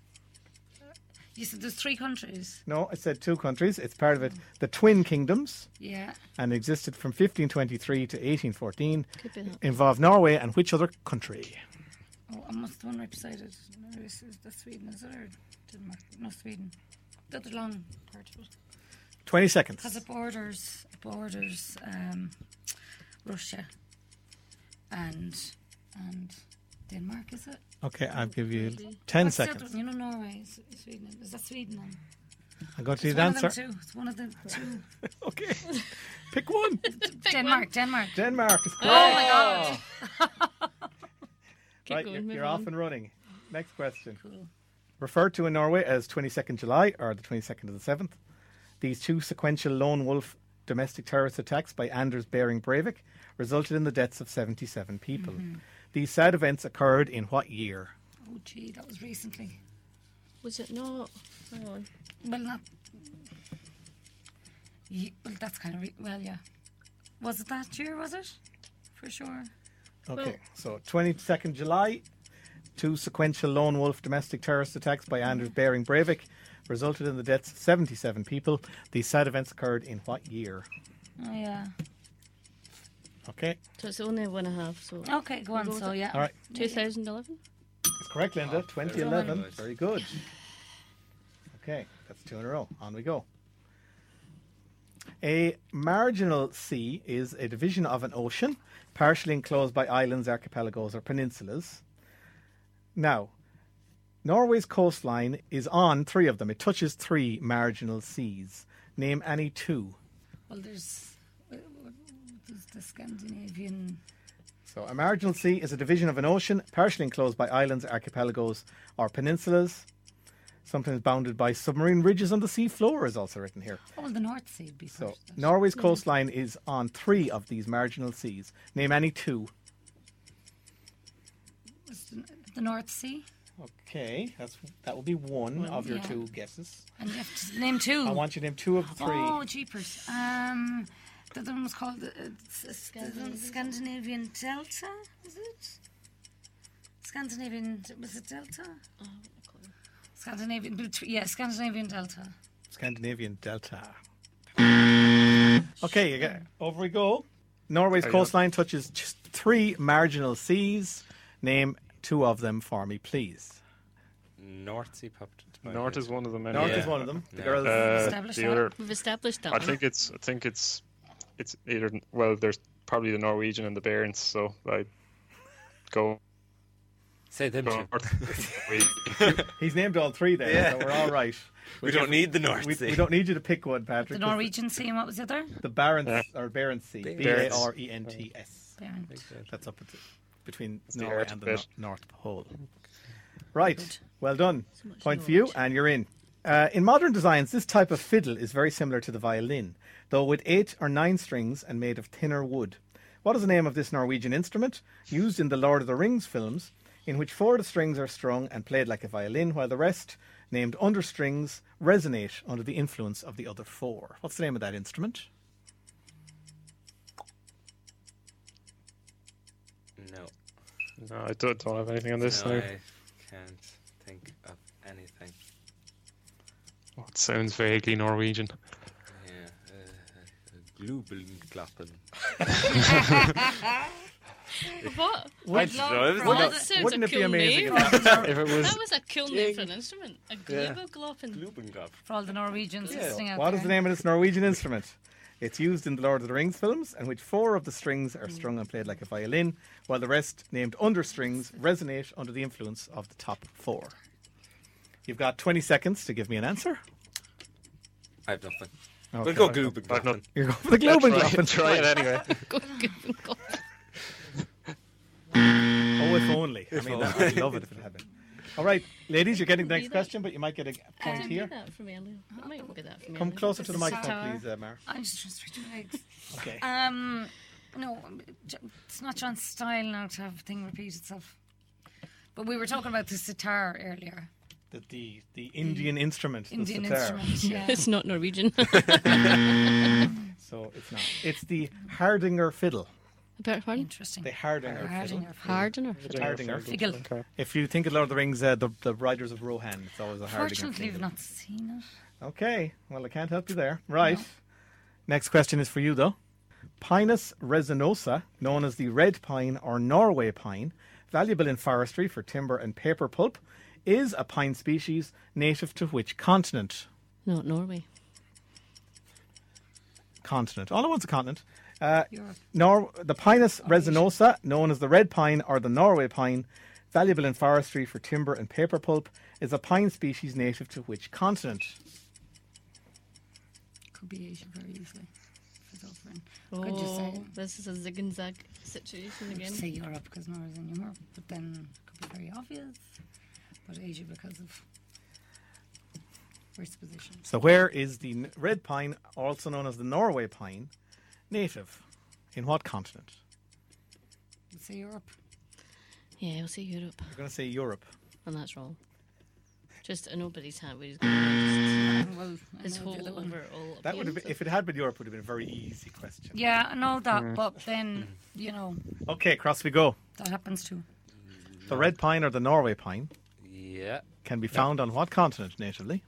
[SPEAKER 5] you said there's three countries.
[SPEAKER 1] No, I said two countries. It's part of it. The Twin Kingdoms
[SPEAKER 5] Yeah,
[SPEAKER 1] and existed from 1523 to 1814.
[SPEAKER 3] Could be that.
[SPEAKER 1] Involved Norway and which other country?
[SPEAKER 5] oh, I must the one right beside it. No, this is the Sweden, is it or Denmark? No, Sweden. The other long part of it.
[SPEAKER 1] 20
[SPEAKER 5] Because
[SPEAKER 1] seconds.
[SPEAKER 5] it borders it borders um, Russia and and Denmark, is it?
[SPEAKER 1] Okay, I'll give you 10
[SPEAKER 5] What's the other
[SPEAKER 1] seconds.
[SPEAKER 5] one? You know Norway, is, is Sweden. Is that Sweden? then?
[SPEAKER 1] I'm going to
[SPEAKER 5] It's
[SPEAKER 1] need
[SPEAKER 5] one
[SPEAKER 1] an
[SPEAKER 5] Of
[SPEAKER 1] answer.
[SPEAKER 5] them two. It's one of the two.
[SPEAKER 1] Okay. Pick one.
[SPEAKER 5] Denmark, Denmark.
[SPEAKER 1] Denmark is correct.
[SPEAKER 5] Ah!
[SPEAKER 3] Keep
[SPEAKER 1] right,
[SPEAKER 3] going,
[SPEAKER 1] you're,
[SPEAKER 3] move
[SPEAKER 1] you're off
[SPEAKER 3] on.
[SPEAKER 1] and running. Next question.
[SPEAKER 5] Cool.
[SPEAKER 1] Referred to in Norway as 22nd July or the 22nd of the 7th, these two sequential lone wolf domestic terrorist attacks by Anders Bering Breivik resulted in the deaths of 77 people.
[SPEAKER 3] Mm-hmm.
[SPEAKER 1] These sad events occurred in what year?
[SPEAKER 5] Oh, gee, that was recently.
[SPEAKER 3] Was it not? Hang on.
[SPEAKER 5] Well, not. Ye well, that's kind of. Re- well, yeah. Was it that year, was it? For sure.
[SPEAKER 1] Okay, so 22nd July, two sequential lone wolf domestic terrorist attacks by Anders Bering Breivik resulted in the deaths of 77 people. These sad events occurred in what year?
[SPEAKER 5] Oh, yeah.
[SPEAKER 1] Okay,
[SPEAKER 3] So it's the only one I have. So
[SPEAKER 5] Okay, go on.
[SPEAKER 3] What was
[SPEAKER 5] So,
[SPEAKER 3] it?
[SPEAKER 5] yeah.
[SPEAKER 1] all right.
[SPEAKER 3] 2011.
[SPEAKER 1] That's correct, Linda. 2011. Very good. Okay, that's two in a row. On we go. A marginal sea is a division of an ocean, partially enclosed by islands, archipelagos, or peninsulas. Now, Norway's coastline is on three of them. It touches three marginal seas. Name any two.
[SPEAKER 5] Well, there's. w- w- There's the Scandinavian.
[SPEAKER 1] So, a marginal sea is a division of an ocean partially enclosed by islands, archipelagos, or peninsulas, sometimes bounded by submarine ridges on the sea floor, is also written here.
[SPEAKER 5] Oh, well, the North Sea would be
[SPEAKER 1] So,
[SPEAKER 5] first. then.
[SPEAKER 1] Norway's coastline is on three of these marginal seas. Name any two.
[SPEAKER 5] It's the, the North Sea.
[SPEAKER 1] Okay, that's that will be one of your
[SPEAKER 5] yeah.
[SPEAKER 1] two guesses.
[SPEAKER 5] And you have to name two.
[SPEAKER 1] I want you to name two of the three.
[SPEAKER 5] Oh, jeepers. Um, the other one was called uh, it's- it's the Scandinavian. Scandinavian Delta, is it? Scandinavian, was it Delta? Scandinavian, betw- yeah, Scandinavian Delta.
[SPEAKER 1] Scandinavian Delta. Okay, you get, over we go. Norway's
[SPEAKER 4] Mm. Carry on.
[SPEAKER 1] coastline touches just three marginal seas. Name two of them for me, please.
[SPEAKER 7] North Sea popped into my
[SPEAKER 4] North
[SPEAKER 7] head.
[SPEAKER 4] is one of them. Anyway.
[SPEAKER 1] North
[SPEAKER 7] Yeah.
[SPEAKER 1] is one of them. The
[SPEAKER 7] Yeah.
[SPEAKER 1] girls.
[SPEAKER 4] Uh,
[SPEAKER 5] Established
[SPEAKER 4] the
[SPEAKER 5] that.
[SPEAKER 4] other,
[SPEAKER 3] We've established that.
[SPEAKER 4] I
[SPEAKER 3] one.
[SPEAKER 4] think it's, I think it's, it's either well, there's probably the Norwegian and the Barents, so I go
[SPEAKER 7] Say them two.
[SPEAKER 4] north.
[SPEAKER 1] He's named all three there, so we're all right.
[SPEAKER 7] We don't need the North
[SPEAKER 1] We,
[SPEAKER 7] Sea.
[SPEAKER 1] we don't need you to pick one, Patrick.
[SPEAKER 5] The
[SPEAKER 1] 'cause
[SPEAKER 5] Norwegian Sea, and what was the other?
[SPEAKER 1] The Barents or Barents Sea.
[SPEAKER 7] Barents.
[SPEAKER 1] B A R E N T S.
[SPEAKER 5] Barren.
[SPEAKER 1] That's up at the, between
[SPEAKER 4] the
[SPEAKER 1] Norway
[SPEAKER 4] Arctic
[SPEAKER 1] and the
[SPEAKER 4] bit.
[SPEAKER 1] Nor- North Pole. Right. Well done.
[SPEAKER 3] So much
[SPEAKER 1] Point for you,
[SPEAKER 3] knowledge.
[SPEAKER 1] and you're in. Uh, in modern designs, this type of fiddle is very similar to the violin, though with eight or nine strings and made of thinner wood. What is the name of this Norwegian instrument used in the Lord of the Rings films, in which four of the strings are strung and played like a violin, while the rest, named understrings, resonate under the influence of the other four? What's the name of that instrument?
[SPEAKER 7] No,
[SPEAKER 4] No, I don't, don't have anything on this
[SPEAKER 7] no,
[SPEAKER 4] now.
[SPEAKER 7] I can't think of anything.
[SPEAKER 4] Oh, it sounds vaguely Norwegian.
[SPEAKER 7] Yeah, uh, Glubelklappen.
[SPEAKER 3] What?
[SPEAKER 1] What?
[SPEAKER 7] I don't know.
[SPEAKER 3] That
[SPEAKER 7] Wouldn't-
[SPEAKER 3] sounds
[SPEAKER 1] Wouldn't
[SPEAKER 3] a
[SPEAKER 1] it
[SPEAKER 3] cool
[SPEAKER 1] be amazing?
[SPEAKER 3] name.
[SPEAKER 1] if that-
[SPEAKER 4] If it was
[SPEAKER 3] That was a cool name for an instrument. A globogloppin.
[SPEAKER 7] Glubelklappen.
[SPEAKER 5] For all the Norwegians listening out
[SPEAKER 1] What
[SPEAKER 5] there.
[SPEAKER 1] is the name of this Norwegian instrument? It's used in the Lord of the Rings films, in which four of the strings are strung and played like a violin, while the rest, named understrings, resonate under the influence of the top four. You've got 20 seconds to give me an answer.
[SPEAKER 7] I have nothing.
[SPEAKER 1] Okay.
[SPEAKER 7] We'll go Glubelklappen.
[SPEAKER 1] You're going for the Globenklappen.
[SPEAKER 4] try it anyway.
[SPEAKER 1] Oh, if only. I mean, that, I'd love it if it happened. All right, ladies, you're getting the next
[SPEAKER 3] Either.
[SPEAKER 1] question, but you might get a point
[SPEAKER 3] Be
[SPEAKER 1] here.
[SPEAKER 3] that for me, Ellie. That might not be that for me.
[SPEAKER 1] Come
[SPEAKER 3] Ellie.
[SPEAKER 1] closer to the
[SPEAKER 5] This is
[SPEAKER 1] microphone,
[SPEAKER 5] sour.
[SPEAKER 1] please, uh, Mar.
[SPEAKER 5] I'm just trying to stretch my legs.
[SPEAKER 1] Okay.
[SPEAKER 5] Um, no, J- it's not John's style now to have a thing repeat itself. But we were talking about the sitar earlier.
[SPEAKER 1] The, the, the Indian instrument, the
[SPEAKER 5] Indian
[SPEAKER 1] sitar.
[SPEAKER 5] instrument. Yeah.
[SPEAKER 3] It's not Norwegian.
[SPEAKER 1] So it's not. It's the Hardinger fiddle.
[SPEAKER 3] About pardon?
[SPEAKER 5] Interesting.
[SPEAKER 1] The Hardinger fiddle.
[SPEAKER 5] Hardinger.
[SPEAKER 3] Hardener.
[SPEAKER 1] Hardinger.
[SPEAKER 5] Figgle.
[SPEAKER 1] If you think of Lord of the Rings, uh, the, the Riders of Rohan, it's always a hard
[SPEAKER 5] Fortunately, we've not seen it.
[SPEAKER 1] Okay, well, I can't help you there. Right. Next question is for you, though. Pinus resinosa, known as the red pine or Norway pine, valuable in forestry for timber and paper pulp, is a pine species native to which continent?
[SPEAKER 3] Not Norway.
[SPEAKER 1] Continent. All at once a continent. Uh,
[SPEAKER 5] Europe.
[SPEAKER 1] Nor- the Pinus resinosa, known as the red pine or the Norway pine, valuable in forestry for timber and paper pulp, is a pine species native to which continent?
[SPEAKER 5] Could be Asia very easily. If it's over in-
[SPEAKER 3] Oh,
[SPEAKER 5] Could you say?
[SPEAKER 3] this is a zig and zag situation again.
[SPEAKER 5] Say Europe because Nora's in Europe, but then it could be very obvious. But Asia because of where it's positioned.
[SPEAKER 1] So, where is the n- red pine, also known as the Norway pine, native? In what continent?
[SPEAKER 5] We'd say Europe.
[SPEAKER 3] Yeah, we'll see Europe,
[SPEAKER 1] You're going to say Europe.
[SPEAKER 3] and that's wrong. Just uh, nobody's happy. He's gonna
[SPEAKER 5] And well, I
[SPEAKER 3] his
[SPEAKER 5] know
[SPEAKER 3] whole
[SPEAKER 5] the other one.
[SPEAKER 3] over all.
[SPEAKER 1] That would have been, if it had been Europe, would have been a very easy question.
[SPEAKER 5] Yeah, and all that,
[SPEAKER 1] Mm.
[SPEAKER 5] but then you know
[SPEAKER 1] Okay, across we go.
[SPEAKER 5] that happens too.
[SPEAKER 1] The red pine or the Norway pine
[SPEAKER 7] Yeah.
[SPEAKER 1] can be found on what continent natively?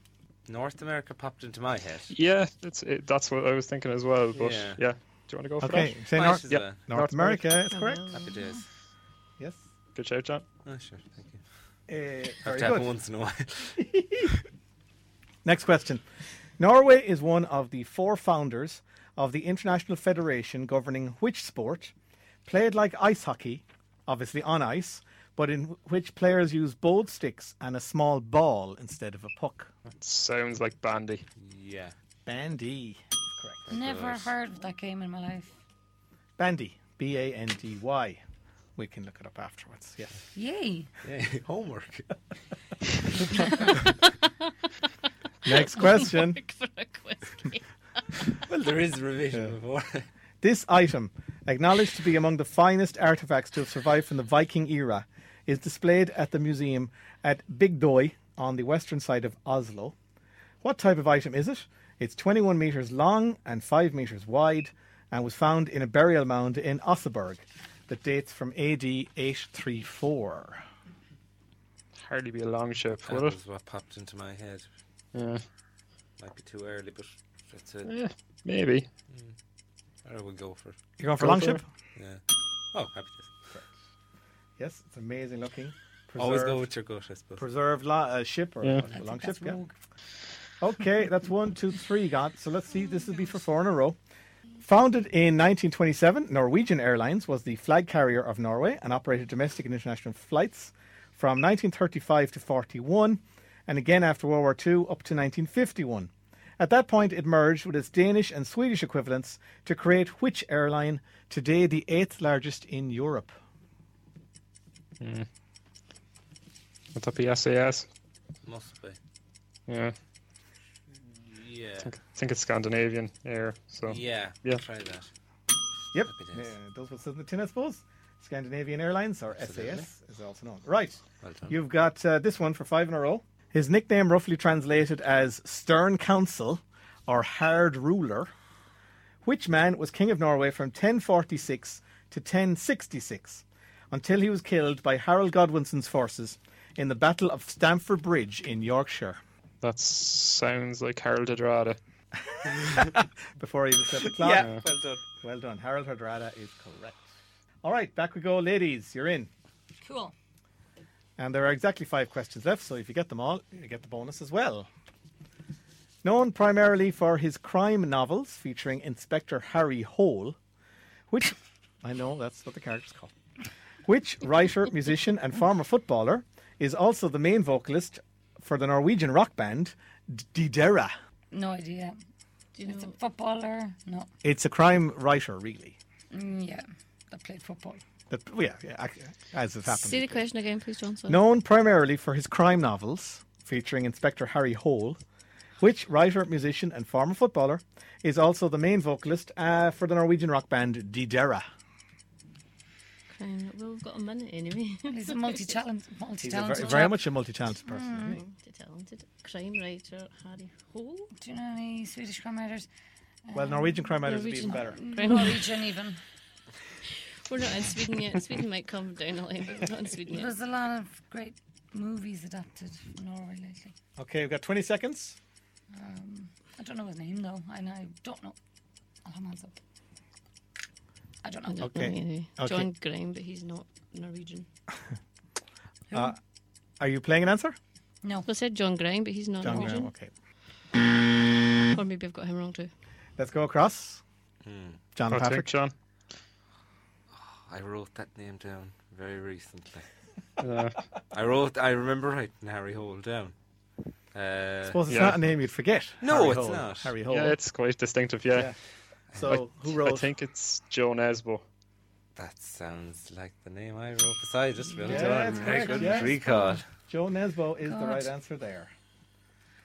[SPEAKER 7] North America popped into my head.
[SPEAKER 4] Yeah, that's it. That's what I was thinking as well. But
[SPEAKER 7] Yeah.
[SPEAKER 4] yeah, do you want to go for
[SPEAKER 1] Okay, say
[SPEAKER 7] Nice,
[SPEAKER 1] North,
[SPEAKER 7] is
[SPEAKER 4] Yep.
[SPEAKER 7] it?
[SPEAKER 1] North
[SPEAKER 4] North America.
[SPEAKER 1] America. It's
[SPEAKER 3] Uh-huh.
[SPEAKER 1] correct.
[SPEAKER 7] Happy days.
[SPEAKER 1] Yes.
[SPEAKER 4] that? Good shout, John.
[SPEAKER 7] Oh, sure. Thank you.
[SPEAKER 1] Uh,
[SPEAKER 7] Have
[SPEAKER 1] very
[SPEAKER 7] to happen
[SPEAKER 1] good.
[SPEAKER 7] once in a while.
[SPEAKER 1] Next question. Norway is one of the four founders of the international federation governing which sport, played like ice hockey, obviously on ice, but in which players use both sticks and a small ball instead of a puck.
[SPEAKER 4] Sounds like bandy.
[SPEAKER 7] yeah.
[SPEAKER 1] Bandy. Correct.
[SPEAKER 5] Never heard of that game in my life.
[SPEAKER 1] Bandy. B A N D Y. We can look it up afterwards. Yes.
[SPEAKER 5] Yay!
[SPEAKER 7] Yeah. Homework.
[SPEAKER 1] Next question.
[SPEAKER 3] for a quiz game.
[SPEAKER 7] Well, there is revision before.
[SPEAKER 1] This item, acknowledged to be among the finest artifacts to have survived from the Viking era, is displayed at the museum at Bygdøy on the western side of Oslo. What type of item is it? It's 21 metres long and 5 metres wide and was found in a burial mound in Osseberg that dates from AD 834.
[SPEAKER 4] Hardly be a long ship,
[SPEAKER 7] that
[SPEAKER 4] would it?
[SPEAKER 7] was what popped into my head.
[SPEAKER 4] Yeah,
[SPEAKER 7] Might be too early, but that's it.
[SPEAKER 4] yeah, maybe.
[SPEAKER 7] I will go for it.
[SPEAKER 1] You're going for
[SPEAKER 4] Go
[SPEAKER 1] longship?
[SPEAKER 4] for
[SPEAKER 7] Yeah. Oh, happy days.
[SPEAKER 1] Yes, it's amazing looking.
[SPEAKER 7] Always
[SPEAKER 1] Preserved-
[SPEAKER 7] go with your gut, I suppose.
[SPEAKER 1] preserved la- uh, ship or
[SPEAKER 4] Yeah.
[SPEAKER 1] a long ship.
[SPEAKER 5] That's
[SPEAKER 1] Yeah.
[SPEAKER 5] rogue.
[SPEAKER 1] Okay, that's one, two, three got. So let's see. This will be for four in a row. Founded in 1927, Norwegian Airlines was the flag carrier of Norway and operated domestic and international flights from 1935 to 41, and again after World War II up to 1951. At that point, it merged with its Danish and Swedish equivalents to create which airline, today the eighth largest in Europe?
[SPEAKER 4] Would that be SAS?
[SPEAKER 7] Must be.
[SPEAKER 4] Yeah.
[SPEAKER 7] Yeah.
[SPEAKER 4] I think it's Scandinavian air. So
[SPEAKER 7] Yeah.
[SPEAKER 4] Yeah.
[SPEAKER 7] Try that.
[SPEAKER 1] Yep.
[SPEAKER 7] Happy days.
[SPEAKER 1] Yeah, those were something tin, I suppose. Scandinavian Airlines, or
[SPEAKER 7] Absolutely.
[SPEAKER 1] SAS, is also known. Right.
[SPEAKER 7] Well done.
[SPEAKER 1] You've got uh, this one for five in a row. His nickname, roughly translated as Stern Council or Hard Ruler, which man was King of Norway from 1046 to 1066 until he was killed by Harold Godwinson's forces in the Battle of Stamford Bridge in Yorkshire.
[SPEAKER 4] that sounds like Harold Adrada.
[SPEAKER 1] Before even 7 o'clock.
[SPEAKER 7] yeah. Well done.
[SPEAKER 1] Well done. Harold Hardrada is correct. All right, back we go, ladies. You're in.
[SPEAKER 5] Cool.
[SPEAKER 1] And there are exactly five questions left, so if you get them all, you get the bonus as well. Known primarily for his crime novels featuring Inspector Harry Hole, which I know that's what the character's called. Which writer, musician, and former footballer is also the main vocalist for the Norwegian rock band Didera?
[SPEAKER 5] No idea.
[SPEAKER 3] Do you know?
[SPEAKER 5] It's a footballer. No.
[SPEAKER 1] It's a crime writer, really.
[SPEAKER 5] Mm, yeah. I played football.
[SPEAKER 1] That, yeah, yeah, ac- as it happened.
[SPEAKER 3] See the question again, please, Johnson.
[SPEAKER 1] Known primarily for his crime novels featuring Inspector Harry Hole, which writer, musician, and former footballer is also the main vocalist uh, for the Norwegian rock band Didera.
[SPEAKER 3] Crime. Um, Well, we've got a minute anyway.
[SPEAKER 5] He's a multi-talent,
[SPEAKER 1] He's a ver-
[SPEAKER 5] multi-talented.
[SPEAKER 1] very
[SPEAKER 5] chap.
[SPEAKER 1] much a multi talented person. isn't he?
[SPEAKER 3] The talented crime writer Harry Hole.
[SPEAKER 5] Do you know any Swedish crime writers?
[SPEAKER 1] Well, Norwegian crime writers would be even better.
[SPEAKER 3] Mm. Norwegian crime writer.
[SPEAKER 5] Norwegian even.
[SPEAKER 3] We're not in Sweden yet. Sweden might come down a lane, but we're not in Sweden yet.
[SPEAKER 5] There's a lot of great movies adapted from Norway lately.
[SPEAKER 1] Okay, we've got 20 seconds.
[SPEAKER 5] I don't know his name though, and I don't know. I'll have my hands up. I don't
[SPEAKER 3] I
[SPEAKER 5] know.
[SPEAKER 3] don't know
[SPEAKER 1] Okay.
[SPEAKER 3] anyway.
[SPEAKER 1] Okay.
[SPEAKER 3] John Graham, but he's not Norwegian.
[SPEAKER 1] Uh, Are you playing an answer?
[SPEAKER 5] No.
[SPEAKER 3] I said John Graham, but he's not
[SPEAKER 1] John Graham,
[SPEAKER 3] Norwegian.
[SPEAKER 1] okay.
[SPEAKER 3] Or maybe I've got him wrong too.
[SPEAKER 1] Let's go across.
[SPEAKER 7] Hmm.
[SPEAKER 1] John
[SPEAKER 4] I'll take
[SPEAKER 1] Patrick.
[SPEAKER 4] John.
[SPEAKER 7] I wrote that name down very recently.
[SPEAKER 4] Yeah.
[SPEAKER 7] I wrote. I remember writing Harry Hole down.
[SPEAKER 1] I
[SPEAKER 7] Uh,
[SPEAKER 1] suppose it's
[SPEAKER 4] Yeah.
[SPEAKER 1] not a name you'd forget.
[SPEAKER 7] No,
[SPEAKER 1] Harry
[SPEAKER 7] it's
[SPEAKER 1] Hole.
[SPEAKER 7] not.
[SPEAKER 1] Harry Hole.
[SPEAKER 4] yeah, it's quite distinctive. Yeah,
[SPEAKER 1] Yeah. so, who
[SPEAKER 4] I
[SPEAKER 1] wrote?
[SPEAKER 4] think it's Joe Nesbo.
[SPEAKER 7] that sounds like the name I wrote beside. Just well
[SPEAKER 1] Yeah,
[SPEAKER 7] done.
[SPEAKER 1] it's
[SPEAKER 7] Very
[SPEAKER 1] correct,
[SPEAKER 7] good
[SPEAKER 1] yes.
[SPEAKER 7] recall.
[SPEAKER 1] Joe Nesbo is the
[SPEAKER 5] God.
[SPEAKER 1] right answer there.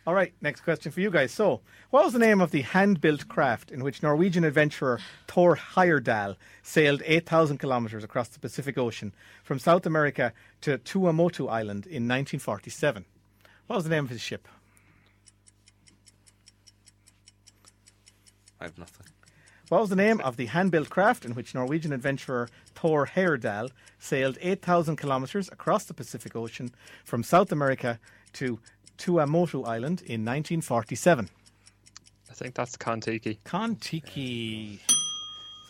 [SPEAKER 1] All right, next question for you guys. So, what was the name of the hand-built craft in which Norwegian adventurer Thor Heyerdahl sailed 8,000 kilometers across the Pacific Ocean from South America to Tuamotu Island in 1947? What was the name of his ship?
[SPEAKER 7] I have nothing.
[SPEAKER 1] What was the name of the hand-built craft in which Norwegian adventurer Thor Heyerdahl sailed 8,000 kilometers across the Pacific Ocean from South America to Tuamotu Island in 1947?
[SPEAKER 4] I think that's Kontiki.
[SPEAKER 1] Kontiki. That's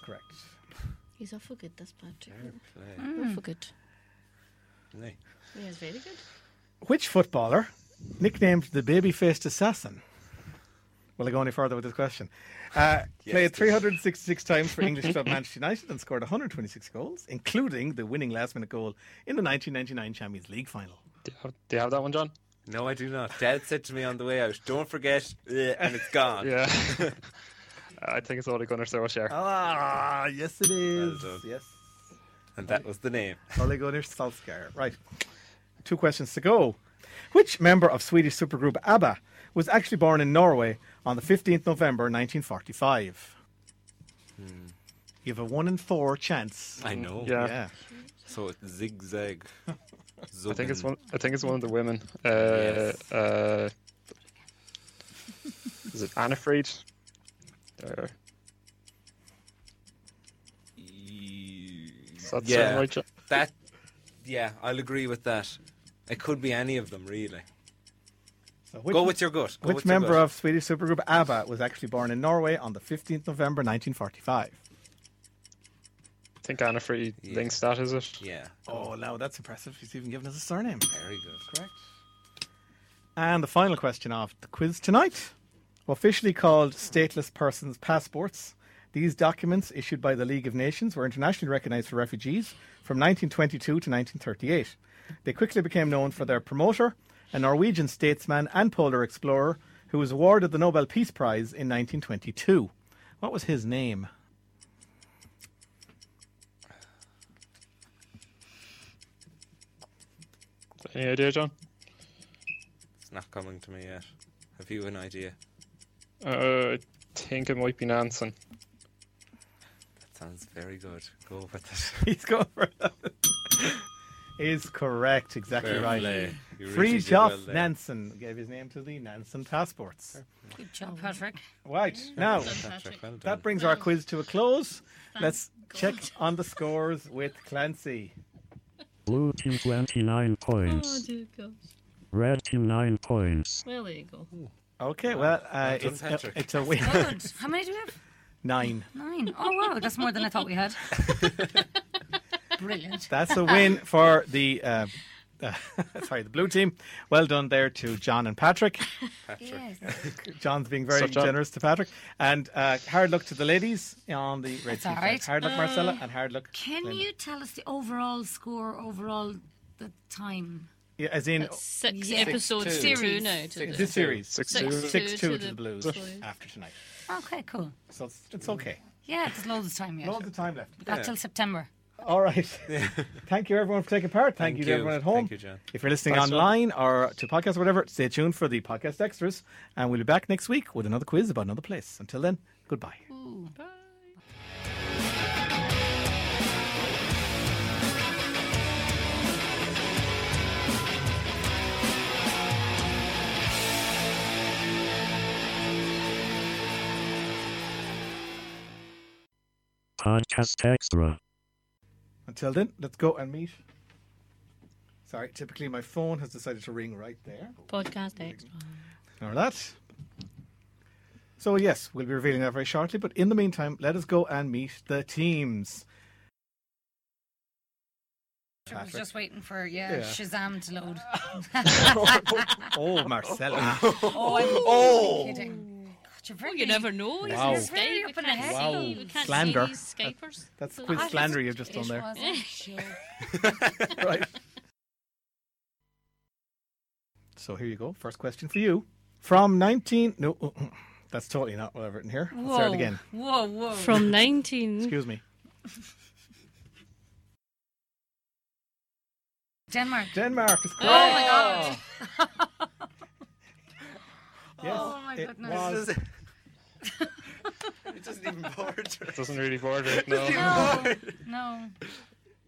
[SPEAKER 1] correct.
[SPEAKER 3] He's awful good, this Patrick.
[SPEAKER 7] Play.
[SPEAKER 3] Awful good.
[SPEAKER 7] Nay.
[SPEAKER 3] Mm. Yeah, he's very good.
[SPEAKER 1] Which footballer, nicknamed the baby faced assassin? Will I go any further with this question? Uh, played 366 times for English club Manchester United and scored 126 goals, including the winning last minute goal in the 1999 Champions League final.
[SPEAKER 4] Do you, have, do you have that one, John?
[SPEAKER 7] No, I do not. Dad said to me on the way out, "Don't forget," eh, and it's gone.
[SPEAKER 4] Yeah. Uh, I think it's Ole Gunnar Solskjaer.
[SPEAKER 1] Ah, yes, it is.
[SPEAKER 7] Well done.
[SPEAKER 1] yes.
[SPEAKER 7] And that was the name.
[SPEAKER 1] Ole Gunnar Solskjaer. Right. Two questions to go. Which member of Swedish supergroup ABBA was actually born in Norway on the 15th November 1945? Hmm. You have a one in four chance.
[SPEAKER 7] I know.
[SPEAKER 4] Yeah.
[SPEAKER 1] Yeah.
[SPEAKER 7] So it's zigzag.
[SPEAKER 4] I think it's one. I think it's one of the women. Uh,
[SPEAKER 7] Yes.
[SPEAKER 4] uh, is it Anna Fried? Uh, does that
[SPEAKER 7] Yeah.
[SPEAKER 4] sound right, John?
[SPEAKER 7] That, yeah, I'll agree with that. It could be any of them, really.
[SPEAKER 1] So which,
[SPEAKER 7] Go with your gut. Go
[SPEAKER 1] which
[SPEAKER 7] with your
[SPEAKER 1] member
[SPEAKER 7] gut.
[SPEAKER 1] of Swedish supergroup ABBA was actually born in Norway on the 15th November 1945?
[SPEAKER 4] I think Anna Fried
[SPEAKER 7] Yeah.
[SPEAKER 4] links that, is it?
[SPEAKER 7] Yeah.
[SPEAKER 1] Oh, now that's impressive. He's even given us a surname.
[SPEAKER 7] Very good. Correct.
[SPEAKER 1] And the final question of the quiz tonight. Officially called stateless persons passports, these documents issued by the League of Nations were internationally recognized for refugees from 1922 to 1938. They quickly became known for their promoter, a Norwegian statesman and polar explorer who was awarded the Nobel Peace Prize in 1922. What was his name?
[SPEAKER 4] Any idea, John?
[SPEAKER 7] It's not coming to me yet. Have you an idea?
[SPEAKER 4] Uh, I think it might be Nansen.
[SPEAKER 7] That sounds very good. Go with it.
[SPEAKER 1] He's going for that. Is correct, exactly
[SPEAKER 7] Fair
[SPEAKER 1] right.
[SPEAKER 7] play. You really did
[SPEAKER 1] Fridtjof
[SPEAKER 7] well there.
[SPEAKER 1] Nansen gave his name to the Nansen Passports.
[SPEAKER 5] Good job, Patrick.
[SPEAKER 1] Right, now
[SPEAKER 7] Patrick, well done.
[SPEAKER 1] that brings our quiz to a close. Let's check
[SPEAKER 3] God.
[SPEAKER 1] on the scores with Clancy.
[SPEAKER 6] Blue team 29
[SPEAKER 3] Oh,
[SPEAKER 6] points.
[SPEAKER 3] dear gosh.
[SPEAKER 6] Red team 9 points.
[SPEAKER 3] Well, there you go.
[SPEAKER 1] Okay, well,
[SPEAKER 7] Well
[SPEAKER 1] uh,
[SPEAKER 7] done,
[SPEAKER 1] it's, a,
[SPEAKER 7] Patrick.
[SPEAKER 1] it's a win.
[SPEAKER 5] Good. How many do we have?
[SPEAKER 1] Nine.
[SPEAKER 5] Nine. Oh, wow. That's more than I thought we had. Brilliant.
[SPEAKER 1] That's a win for the. Uh, uh, sorry, the blue team. Well done there to John and Patrick.
[SPEAKER 5] Yes.
[SPEAKER 1] John's being very
[SPEAKER 4] So, John-
[SPEAKER 1] generous to Patrick. And uh, hard luck to the ladies on the red
[SPEAKER 5] That's
[SPEAKER 1] team.
[SPEAKER 5] all
[SPEAKER 1] side.
[SPEAKER 5] right.
[SPEAKER 1] Hard luck, Marcella, and hard luck.
[SPEAKER 5] Can
[SPEAKER 1] Linda.
[SPEAKER 5] you tell us the overall score, overall the time?
[SPEAKER 1] Yeah, as in
[SPEAKER 3] That's six
[SPEAKER 5] Yeah.
[SPEAKER 3] episodes
[SPEAKER 1] Six,
[SPEAKER 3] to
[SPEAKER 1] two.
[SPEAKER 3] two now. To
[SPEAKER 1] this
[SPEAKER 3] the,
[SPEAKER 1] series,
[SPEAKER 4] Six,
[SPEAKER 3] Six.
[SPEAKER 4] two.
[SPEAKER 3] Six.
[SPEAKER 1] six two
[SPEAKER 3] to
[SPEAKER 1] to
[SPEAKER 3] the
[SPEAKER 1] the Blues
[SPEAKER 3] Blues.
[SPEAKER 1] after tonight.
[SPEAKER 5] Okay, cool.
[SPEAKER 1] So it's, it's okay.
[SPEAKER 5] Yeah, there's loads of time yet.
[SPEAKER 1] Loads of time left.
[SPEAKER 5] Got till September.
[SPEAKER 1] All right. Thank you, everyone, for taking part. Thank, you to everyone at home.
[SPEAKER 7] Thank you, John.
[SPEAKER 1] If you're listening
[SPEAKER 4] Thanks, John.
[SPEAKER 1] online or to podcasts or whatever, stay tuned for the podcast extras. And we'll be back next week with another quiz about another place. Until then, goodbye.
[SPEAKER 6] Podcast extra.
[SPEAKER 1] Until then, let's go and meet. Sorry, typically my phone has decided to ring right there.
[SPEAKER 3] Podcast extra.
[SPEAKER 1] Ignore that. So, yes, we'll be revealing that very shortly. But in the meantime, let us go and meet the teams.
[SPEAKER 5] I was
[SPEAKER 1] Patrick.
[SPEAKER 5] just waiting for yeah,
[SPEAKER 1] Yeah.
[SPEAKER 5] Shazam to load.
[SPEAKER 1] Oh, Marcella.
[SPEAKER 5] Oh, I'm oh. kidding. God, you're very,
[SPEAKER 3] You never know. He's
[SPEAKER 1] Wow.
[SPEAKER 3] wow. Stay.
[SPEAKER 5] Really
[SPEAKER 3] We
[SPEAKER 5] up in
[SPEAKER 3] can't
[SPEAKER 5] the
[SPEAKER 3] see.
[SPEAKER 5] head.
[SPEAKER 3] We can't
[SPEAKER 1] Slander.
[SPEAKER 3] see these Skypers.
[SPEAKER 1] That's
[SPEAKER 3] So-
[SPEAKER 1] quiz
[SPEAKER 3] Ah,
[SPEAKER 1] slander you've just done there. right. So here you go. First question for you. From 19. No, uh, that's totally not what I've written here. Let's
[SPEAKER 5] Whoa.
[SPEAKER 1] start again.
[SPEAKER 5] Whoa, whoa.
[SPEAKER 3] From 19.
[SPEAKER 1] Excuse me.
[SPEAKER 5] Denmark.
[SPEAKER 1] Denmark is correct.
[SPEAKER 5] Oh my god.
[SPEAKER 1] Yes,
[SPEAKER 5] Oh my
[SPEAKER 1] it
[SPEAKER 5] goodness.
[SPEAKER 1] was.
[SPEAKER 7] It doesn't even border.
[SPEAKER 4] It doesn't really border it, no.
[SPEAKER 5] No. No.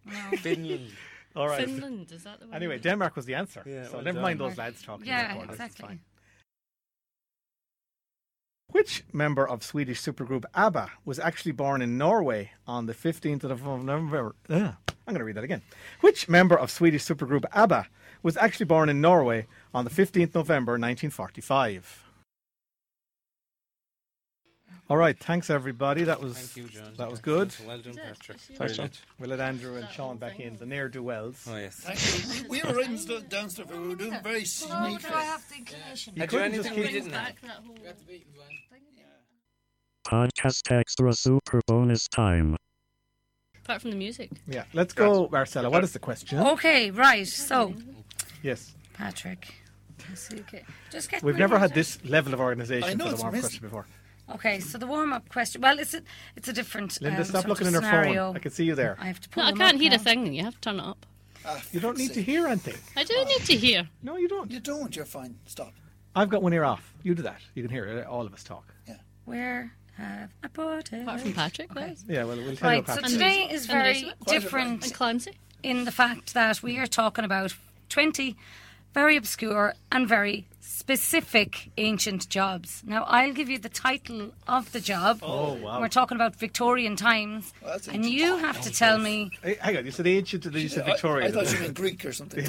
[SPEAKER 5] No.
[SPEAKER 7] Finland.
[SPEAKER 1] All right.
[SPEAKER 3] Finland. Is that the one?
[SPEAKER 1] Anyway, Denmark was the answer.
[SPEAKER 7] Yeah,
[SPEAKER 1] so
[SPEAKER 7] well
[SPEAKER 1] never
[SPEAKER 7] done.
[SPEAKER 1] mind those lads talking.
[SPEAKER 5] Mm. Yeah,
[SPEAKER 1] about it. It's
[SPEAKER 5] exactly.
[SPEAKER 1] fine. Which member of Swedish supergroup ABBA was actually born in Norway on the 15th of November? Ugh, I'm going to read that again. Which member of Swedish supergroup ABBA was actually born in Norway on the 15th November 1945? All right, thanks everybody. That was
[SPEAKER 7] Thank you, John.
[SPEAKER 1] that was good.
[SPEAKER 7] Well done, Patrick.
[SPEAKER 4] Thanks, John.
[SPEAKER 1] We'll let Andrew and Sean back in, the ne'er do wells.
[SPEAKER 7] Oh yes.
[SPEAKER 10] Actually, we were in st- downstairs. We were doing very
[SPEAKER 5] Oh,
[SPEAKER 10] sneaky.
[SPEAKER 5] do I have the inclination?
[SPEAKER 7] I do
[SPEAKER 1] couldn't just
[SPEAKER 7] anything we
[SPEAKER 1] keep-
[SPEAKER 7] didn't have.
[SPEAKER 6] Podcast extra super bonus time.
[SPEAKER 3] Apart from the music.
[SPEAKER 1] Yeah, let's go, Marcella. What is the question?
[SPEAKER 5] Okay, right. So,
[SPEAKER 1] Yes,
[SPEAKER 5] Patrick. Let's see, Okay. Just get
[SPEAKER 1] we've
[SPEAKER 5] my
[SPEAKER 1] never
[SPEAKER 5] hands
[SPEAKER 1] had this level of
[SPEAKER 10] I
[SPEAKER 1] organisation
[SPEAKER 10] know,
[SPEAKER 1] for the
[SPEAKER 10] it's
[SPEAKER 1] warm
[SPEAKER 10] amazing.
[SPEAKER 1] question before.
[SPEAKER 5] out. Okay, so the warm up question. Well, it's a, it's a different.
[SPEAKER 1] Linda,
[SPEAKER 5] um,
[SPEAKER 1] stop
[SPEAKER 5] sort
[SPEAKER 1] looking
[SPEAKER 5] of
[SPEAKER 1] in her
[SPEAKER 5] scenario.
[SPEAKER 1] phone. I can see you there.
[SPEAKER 5] I have to pull
[SPEAKER 3] No, I
[SPEAKER 5] them
[SPEAKER 3] can't
[SPEAKER 5] up
[SPEAKER 3] hear
[SPEAKER 5] now.
[SPEAKER 3] a thing. You have to turn it up.
[SPEAKER 1] You don't need to hear anything.
[SPEAKER 3] I do need to hear.
[SPEAKER 1] No, you don't.
[SPEAKER 10] uh, You don't. You're fine. Stop.
[SPEAKER 1] I've got one ear off. You do that. You can hear it. all of us talk.
[SPEAKER 5] Where have I put it?
[SPEAKER 3] Apart from Patrick, yes.
[SPEAKER 1] Yeah, well, we'll tell you
[SPEAKER 5] Right, so
[SPEAKER 1] about that.
[SPEAKER 5] today is
[SPEAKER 3] And
[SPEAKER 5] very
[SPEAKER 3] Elizabeth.
[SPEAKER 5] different
[SPEAKER 3] And Clancy.
[SPEAKER 5] in the fact that we are talking about 20 very obscure and very specific ancient jobs. Now, I'll give you the title of the job. Oh,
[SPEAKER 1] wow.
[SPEAKER 5] We're talking about Victorian times.
[SPEAKER 10] Well, that's
[SPEAKER 5] and
[SPEAKER 10] ancient.
[SPEAKER 5] you have to tell me
[SPEAKER 1] Hey, hang on, you said ancient and then you said
[SPEAKER 10] I-
[SPEAKER 1] Victoria.
[SPEAKER 10] I, thought you meant Greek or something.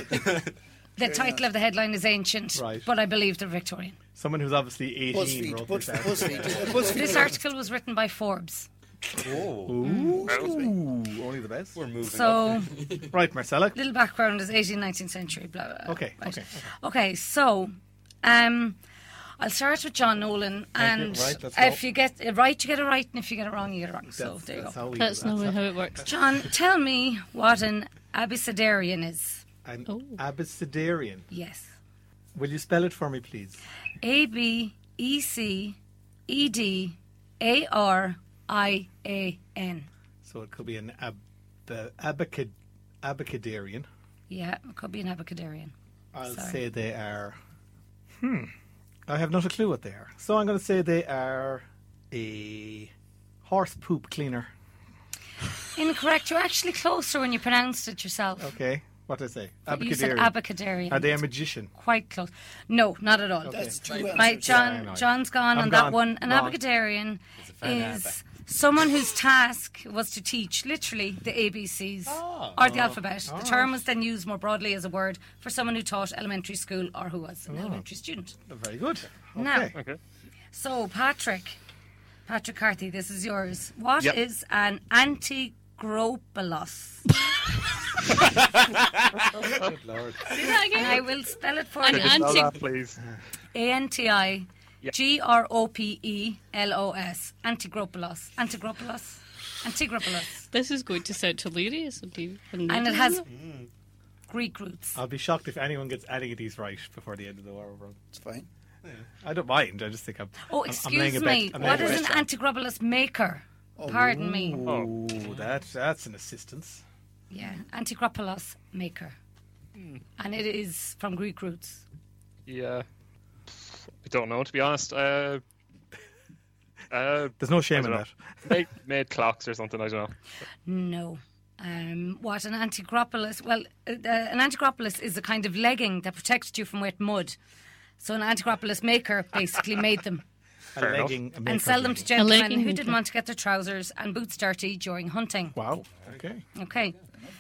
[SPEAKER 5] the title of the headline is ancient,
[SPEAKER 1] Right.
[SPEAKER 5] but I believe they're Victorian.
[SPEAKER 1] Someone who's obviously 18
[SPEAKER 10] Buzzfeed.
[SPEAKER 1] wrote
[SPEAKER 10] Buzz-
[SPEAKER 1] this out.
[SPEAKER 10] Buzzfeed. Buzzfeed.
[SPEAKER 5] This article was written by Forbes.
[SPEAKER 7] Whoa.
[SPEAKER 1] Ooh, only the best.
[SPEAKER 7] We're moving.
[SPEAKER 5] So,
[SPEAKER 1] Right, Marcella.
[SPEAKER 5] little background is 18th, 19th century, blah, blah, blah.
[SPEAKER 1] Okay,
[SPEAKER 5] Right.
[SPEAKER 1] okay,
[SPEAKER 5] Okay, so um, I'll start with John Nolan.
[SPEAKER 1] you.
[SPEAKER 5] And
[SPEAKER 1] Right, let's
[SPEAKER 5] if
[SPEAKER 1] go.
[SPEAKER 5] you get it right, you get it right, and if you get it wrong, you get it wrong. so,
[SPEAKER 1] That's,
[SPEAKER 5] there you
[SPEAKER 1] that's
[SPEAKER 5] go.
[SPEAKER 1] how we do
[SPEAKER 3] That's
[SPEAKER 1] that.
[SPEAKER 3] not how it works.
[SPEAKER 5] John, tell me what an abecedarian is.
[SPEAKER 1] An
[SPEAKER 3] Oh.
[SPEAKER 1] Abecedarian.
[SPEAKER 5] Yes.
[SPEAKER 1] Will you spell it for me, please?
[SPEAKER 5] A B E C E D A R I A N.
[SPEAKER 1] So it could be an ab- the abacad- abacadarian.
[SPEAKER 5] Yeah, it could be an abecedarian.
[SPEAKER 1] I'll
[SPEAKER 5] Sorry.
[SPEAKER 1] say they are. hmm, I have not a clue what they are. So I'm going to say they are a horse poop cleaner.
[SPEAKER 5] Incorrect. You're actually closer when you pronounced it yourself.
[SPEAKER 1] Okay. What did I say?
[SPEAKER 5] You said abacadary.
[SPEAKER 1] Are they a magician?
[SPEAKER 5] Quite close. No, not at all.
[SPEAKER 1] Okay. That's two
[SPEAKER 5] Right,
[SPEAKER 1] answers. Yeah, I know.
[SPEAKER 5] John, John's gone
[SPEAKER 1] I'm
[SPEAKER 5] on
[SPEAKER 1] gone.
[SPEAKER 5] that one. An
[SPEAKER 1] Wrong.
[SPEAKER 5] abacadarian
[SPEAKER 1] fan
[SPEAKER 5] is someone whose task was to teach literally the ABCs or the
[SPEAKER 11] Oh,
[SPEAKER 5] alphabet. The term was then used more broadly as a word for someone who taught elementary school or who was an
[SPEAKER 1] Oh.
[SPEAKER 5] elementary student.
[SPEAKER 1] Very good.
[SPEAKER 5] Now,
[SPEAKER 1] Okay.
[SPEAKER 5] so Patrick, Patrick Carthy, this is yours. What is
[SPEAKER 1] Yep.
[SPEAKER 5] an antigropelos?
[SPEAKER 7] Good lord.
[SPEAKER 5] See that again? And I will spell it for
[SPEAKER 4] Could
[SPEAKER 5] you.
[SPEAKER 4] you spell that, please.
[SPEAKER 5] A N T I G R O P E L O S. Antigropelos. Antigropelos. Antigropelos.
[SPEAKER 3] This is going to sound hilarious on TV.
[SPEAKER 5] And it has Greek roots.
[SPEAKER 1] I'll be shocked if anyone gets any of these right before the end of the war. It's
[SPEAKER 10] fine.
[SPEAKER 1] I don't mind. I just think I'm.
[SPEAKER 5] Oh,
[SPEAKER 1] I'm-
[SPEAKER 5] excuse
[SPEAKER 1] I'm laying a bet-
[SPEAKER 5] me.
[SPEAKER 1] I'm laying
[SPEAKER 5] What
[SPEAKER 1] a
[SPEAKER 5] is an
[SPEAKER 1] bet.
[SPEAKER 5] antigropelos maker? Pardon me.
[SPEAKER 1] Oh, that, that's an assistance.
[SPEAKER 5] Yeah, antigropelos maker. And it is from Greek roots.
[SPEAKER 4] Yeah. I don't know, to be honest. Uh, uh,
[SPEAKER 1] There's no shame
[SPEAKER 4] I don't
[SPEAKER 1] in
[SPEAKER 4] know. Made, made clocks or something, I don't know.
[SPEAKER 5] No. Um, what an antigropelos? Well, uh, uh, an antigropelos is a kind of legging that protected you from wet mud. So an antigropelos maker basically made them.
[SPEAKER 1] A
[SPEAKER 4] Fair enough.
[SPEAKER 1] legging. a
[SPEAKER 5] and
[SPEAKER 1] maker
[SPEAKER 5] sell them
[SPEAKER 1] legging.
[SPEAKER 5] to gentlemen
[SPEAKER 3] legging
[SPEAKER 5] who
[SPEAKER 3] maker.
[SPEAKER 5] didn't want to get their trousers and boots dirty during hunting.
[SPEAKER 1] Wow. Okay.
[SPEAKER 5] Okay.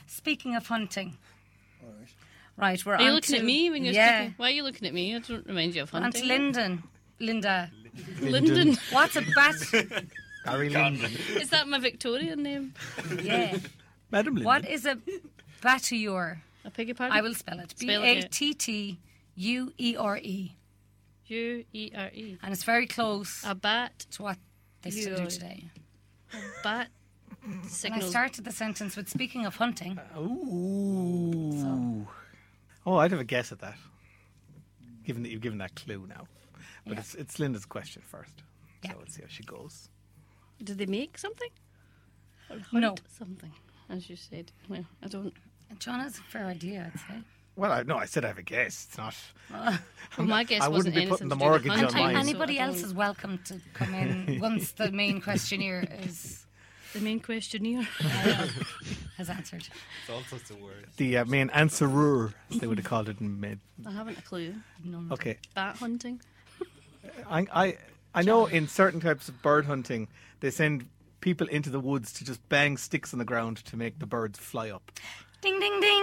[SPEAKER 5] Speaking of hunting. Right, we're
[SPEAKER 3] Are you
[SPEAKER 5] on
[SPEAKER 3] looking
[SPEAKER 5] to-
[SPEAKER 3] at me when you're
[SPEAKER 5] yeah,
[SPEAKER 3] speaking? Why are you looking at me? I don't remind you of
[SPEAKER 5] we're on
[SPEAKER 3] hunting.
[SPEAKER 5] to Lyndon. Linda.
[SPEAKER 3] Lyndon. Lyndon.
[SPEAKER 5] What's a bat?
[SPEAKER 1] Harry Lyndon.
[SPEAKER 3] Is that my Victorian name?
[SPEAKER 5] yeah.
[SPEAKER 1] Madam Lyndon.
[SPEAKER 5] What is a batteur?
[SPEAKER 3] I beg your pardon?
[SPEAKER 5] I will spell it. B
[SPEAKER 3] Spell
[SPEAKER 5] A
[SPEAKER 3] it,
[SPEAKER 5] T T U E R E.
[SPEAKER 3] U E R E.
[SPEAKER 5] And it's very close.
[SPEAKER 3] A bat.
[SPEAKER 5] To what they still do today.
[SPEAKER 3] A bat
[SPEAKER 5] And I
[SPEAKER 3] signals.
[SPEAKER 5] started the sentence with speaking of hunting.
[SPEAKER 1] Ooh. Oh, I'd have a guess at that. Given that you've given that clue now, but it's it's Linda's question first. So let's see how she goes.
[SPEAKER 3] Do they make something? Or hunt
[SPEAKER 5] No.
[SPEAKER 3] something, as you said. Well, I don't.
[SPEAKER 5] John has a fair idea, I'd say.
[SPEAKER 1] Well, I, no, I said I have a guess. It's not.
[SPEAKER 3] Well, my guess
[SPEAKER 1] I wouldn't
[SPEAKER 3] wasn't
[SPEAKER 1] be putting
[SPEAKER 3] anything
[SPEAKER 1] the
[SPEAKER 3] to do with
[SPEAKER 1] mortgage on
[SPEAKER 3] hunting,
[SPEAKER 1] mine.
[SPEAKER 3] so
[SPEAKER 5] Anybody
[SPEAKER 3] I
[SPEAKER 5] else
[SPEAKER 3] don't-
[SPEAKER 5] is welcome to come in once the main questionnaire is
[SPEAKER 3] The main questionnaire
[SPEAKER 5] has answered.
[SPEAKER 7] It's all sorts of words.
[SPEAKER 1] The uh, main answerer, as they would have called it in mid.
[SPEAKER 3] I haven't a clue.
[SPEAKER 5] No.
[SPEAKER 1] Okay.
[SPEAKER 3] Bat hunting.
[SPEAKER 1] I, I I know in certain types of bird hunting, they send people into the woods to just bang sticks on the ground to make the birds fly up.
[SPEAKER 5] Ding ding ding!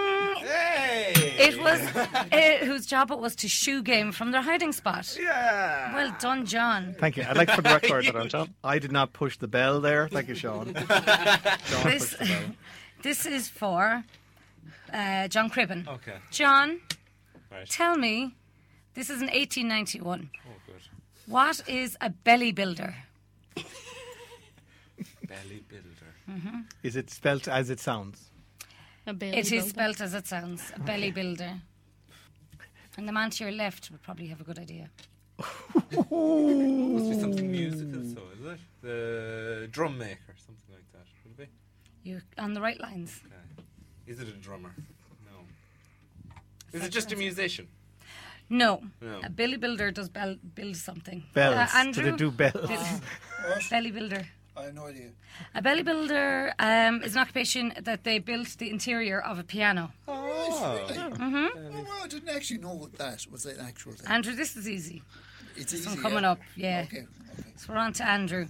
[SPEAKER 5] It was uh, whose job it was to shoe game from their hiding spot.
[SPEAKER 1] Yeah.
[SPEAKER 5] Well done, John.
[SPEAKER 1] Thank you. I'd like for the
[SPEAKER 4] Well
[SPEAKER 1] record, I did not push the bell there. Thank you, Sean. Sean
[SPEAKER 5] This
[SPEAKER 1] pushed the bell.
[SPEAKER 5] this is for uh, John Cribben.
[SPEAKER 7] Okay.
[SPEAKER 5] John,
[SPEAKER 7] Right.
[SPEAKER 5] tell me, this is an
[SPEAKER 7] Oh,
[SPEAKER 5] 1891.
[SPEAKER 7] good.
[SPEAKER 5] What is a belly builder?
[SPEAKER 7] Belly builder.
[SPEAKER 5] hmm
[SPEAKER 1] Is it spelt as it sounds?
[SPEAKER 5] Uh,
[SPEAKER 3] A belly
[SPEAKER 5] It
[SPEAKER 3] builder.
[SPEAKER 5] is spelt as it sounds, a belly builder. And the man to your left would probably have a good idea.
[SPEAKER 7] Must be something musical, so is it? The drum maker, something like that. Would it
[SPEAKER 5] You're on the right lines.
[SPEAKER 7] be? Okay. Is it a drummer? No. Is it just a musician?
[SPEAKER 5] No,
[SPEAKER 7] No.
[SPEAKER 5] a belly builder does bel- build something. Uh,
[SPEAKER 1] Bells. Do they
[SPEAKER 5] Andrew?
[SPEAKER 1] do bells?
[SPEAKER 5] Bel- belly builder.
[SPEAKER 10] I have no idea.
[SPEAKER 5] A belly builder um, is an occupation that they built the interior of a piano.
[SPEAKER 7] Ah.
[SPEAKER 10] Oh, really?
[SPEAKER 5] Mhm.
[SPEAKER 10] Oh, well, I didn't actually know what that was an actual thing.
[SPEAKER 5] Andrew, this is easy.
[SPEAKER 10] it's
[SPEAKER 5] This
[SPEAKER 10] easy.
[SPEAKER 5] one coming
[SPEAKER 10] yeah?
[SPEAKER 5] up, yeah.
[SPEAKER 10] Okay.
[SPEAKER 5] So we're on to Andrew.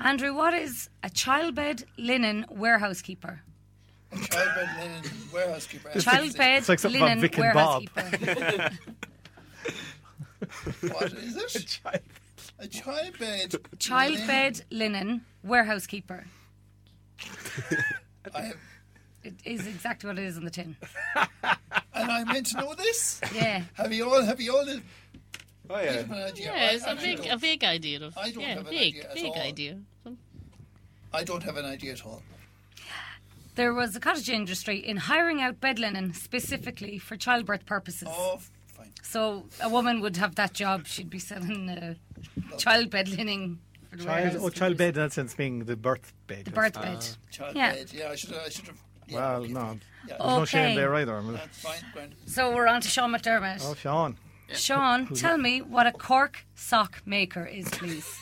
[SPEAKER 5] Andrew, what is a childbed linen warehouse keeper?
[SPEAKER 10] Childbed linen warehouse keeper.
[SPEAKER 5] Childbed
[SPEAKER 1] It's like something about
[SPEAKER 5] linen
[SPEAKER 1] Vic and
[SPEAKER 5] warehouse
[SPEAKER 1] Bob.
[SPEAKER 5] keeper.
[SPEAKER 10] what is it? A child. A childbed.
[SPEAKER 5] Childbed linen warehouse keeper.
[SPEAKER 10] I have,
[SPEAKER 5] It is exactly what it is on the tin.
[SPEAKER 10] and I meant to know this.
[SPEAKER 5] Yeah.
[SPEAKER 10] Have you all? Have you all? the-
[SPEAKER 7] Oh,
[SPEAKER 10] I have an idea.
[SPEAKER 3] Yeah,
[SPEAKER 10] I
[SPEAKER 3] it's a
[SPEAKER 10] actually
[SPEAKER 3] vague,
[SPEAKER 10] don't.
[SPEAKER 3] a vague idea of.
[SPEAKER 10] I don't
[SPEAKER 3] yeah,
[SPEAKER 10] have an
[SPEAKER 3] vague,
[SPEAKER 10] idea at
[SPEAKER 3] vague
[SPEAKER 10] all.
[SPEAKER 3] idea. Some-
[SPEAKER 10] I don't have an idea at all.
[SPEAKER 5] There was a cottage industry in hiring out bed linen specifically for childbirth purposes.
[SPEAKER 10] Oh, fine.
[SPEAKER 5] So a woman would have that job. She'd be selling uh, child bed linen. for the
[SPEAKER 1] Child,
[SPEAKER 5] warehouse
[SPEAKER 1] oh,
[SPEAKER 5] keepers.
[SPEAKER 1] child bed in that sense being the birth bed. Uh,
[SPEAKER 5] The birth bed.
[SPEAKER 10] Childbed. Yeah. I should. I should have. Yeah,
[SPEAKER 1] Well,
[SPEAKER 10] okay.
[SPEAKER 1] no.
[SPEAKER 10] Yeah.
[SPEAKER 3] Oh.
[SPEAKER 1] There's no shame
[SPEAKER 5] Okay.
[SPEAKER 1] there either. I'm-
[SPEAKER 10] That's fine. Grand.
[SPEAKER 5] So we're on to Sean McDermott.
[SPEAKER 1] Oh, Sean.
[SPEAKER 5] Sean, tell me what a cork sock maker is, please.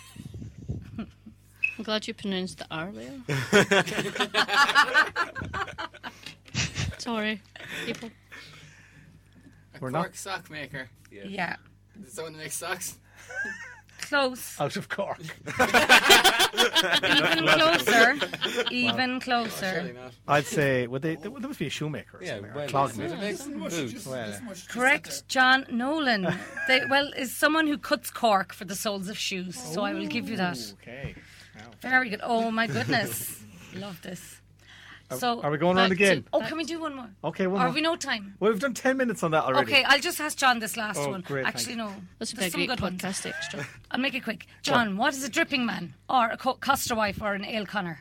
[SPEAKER 3] I'm glad you pronounced the R there. Sorry, people.
[SPEAKER 11] A
[SPEAKER 1] We're not-
[SPEAKER 11] cork sock maker.
[SPEAKER 7] Yeah.
[SPEAKER 5] Yeah.
[SPEAKER 11] Is it someone that makes socks?
[SPEAKER 5] Close.
[SPEAKER 1] Out of cork.
[SPEAKER 5] even closer. Even
[SPEAKER 1] Wow.
[SPEAKER 5] closer.
[SPEAKER 1] I'd say, well, they, there must be a shoemaker or
[SPEAKER 7] Yeah,
[SPEAKER 1] something, or
[SPEAKER 7] well,
[SPEAKER 1] a clog
[SPEAKER 7] it's
[SPEAKER 1] maker.
[SPEAKER 7] not a big Well, boot.
[SPEAKER 1] Well,
[SPEAKER 5] Correct, John Nolan. They, well, is someone who cuts cork for the soles of shoes, so I will give you that.
[SPEAKER 1] Okay.
[SPEAKER 5] Very good. Oh my goodness, love this.
[SPEAKER 1] Are-
[SPEAKER 5] So
[SPEAKER 1] are we going round
[SPEAKER 5] back to-
[SPEAKER 1] again?
[SPEAKER 5] oh, can we do one more?
[SPEAKER 1] Okay, one
[SPEAKER 5] Are
[SPEAKER 1] more.
[SPEAKER 5] we no time?
[SPEAKER 1] Well, we've done 10 minutes on that already.
[SPEAKER 5] Okay, I'll just ask John this last
[SPEAKER 1] Oh,
[SPEAKER 5] one.
[SPEAKER 1] great, thank
[SPEAKER 5] Actually,
[SPEAKER 1] you.
[SPEAKER 5] no.
[SPEAKER 3] This would be a
[SPEAKER 5] There's some
[SPEAKER 3] great
[SPEAKER 5] good ones.
[SPEAKER 3] podcast extra.
[SPEAKER 5] I'll make it quick. John, what is a dripping man, or a co- Coster wife, or an ale conner?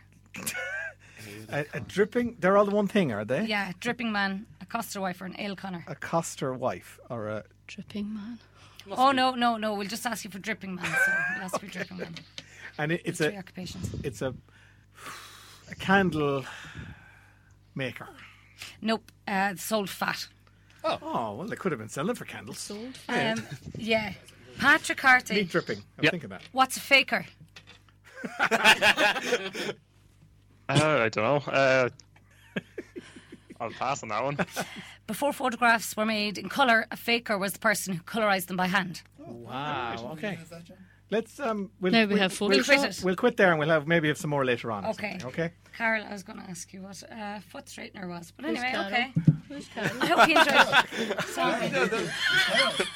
[SPEAKER 1] A, a dripping, they're all the one thing, are they?
[SPEAKER 5] Yeah, dripping man, a Coster wife, or an ale conner.
[SPEAKER 1] A coster wife or a.
[SPEAKER 3] Dripping man.
[SPEAKER 5] Oh no, no, no. We'll just ask you for dripping man. So we'll ask for dripping man.
[SPEAKER 1] And it, it's
[SPEAKER 5] Three
[SPEAKER 1] a.
[SPEAKER 5] occupations.
[SPEAKER 1] It's a. A candle maker.
[SPEAKER 5] Nope. Uh, sold fat.
[SPEAKER 1] Oh. well, they could have been selling for candles.
[SPEAKER 3] Sold.
[SPEAKER 1] Yeah.
[SPEAKER 5] Um, yeah. Patrick Carty.
[SPEAKER 1] Meat dripping. I was thinking that.
[SPEAKER 5] What's a faker?
[SPEAKER 4] Uh, I don't know. Uh, I'll pass on that one.
[SPEAKER 5] Before photographs were made in colour, a faker was the person who colourised them by hand.
[SPEAKER 1] Wow. Okay. Let's um. We'll,
[SPEAKER 3] Now we have
[SPEAKER 1] we'll,
[SPEAKER 3] photos.
[SPEAKER 1] we'll,
[SPEAKER 5] We'll quit it.
[SPEAKER 1] we'll quit there, and we'll have maybe have some more later on. or
[SPEAKER 5] Okay.
[SPEAKER 1] something, Okay.
[SPEAKER 5] Carol, I was going to ask you what a uh, foot straightener was, but
[SPEAKER 3] Who's
[SPEAKER 5] anyway,
[SPEAKER 3] Carol?
[SPEAKER 5] okay.
[SPEAKER 3] Who's Carol?
[SPEAKER 5] I hope you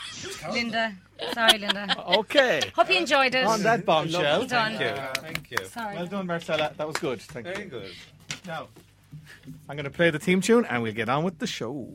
[SPEAKER 5] enjoyed. Sorry, Linda. Sorry, Linda.
[SPEAKER 1] Okay.
[SPEAKER 5] Hope you enjoyed it.
[SPEAKER 1] on that bombshell.
[SPEAKER 5] Well done.
[SPEAKER 7] Thank you. Thank you.
[SPEAKER 5] Sorry.
[SPEAKER 1] Well done, Marcella. That was good. Thank
[SPEAKER 7] Very
[SPEAKER 1] you.
[SPEAKER 7] good.
[SPEAKER 1] Now, I'm going to play the theme tune, and we'll get on with the show.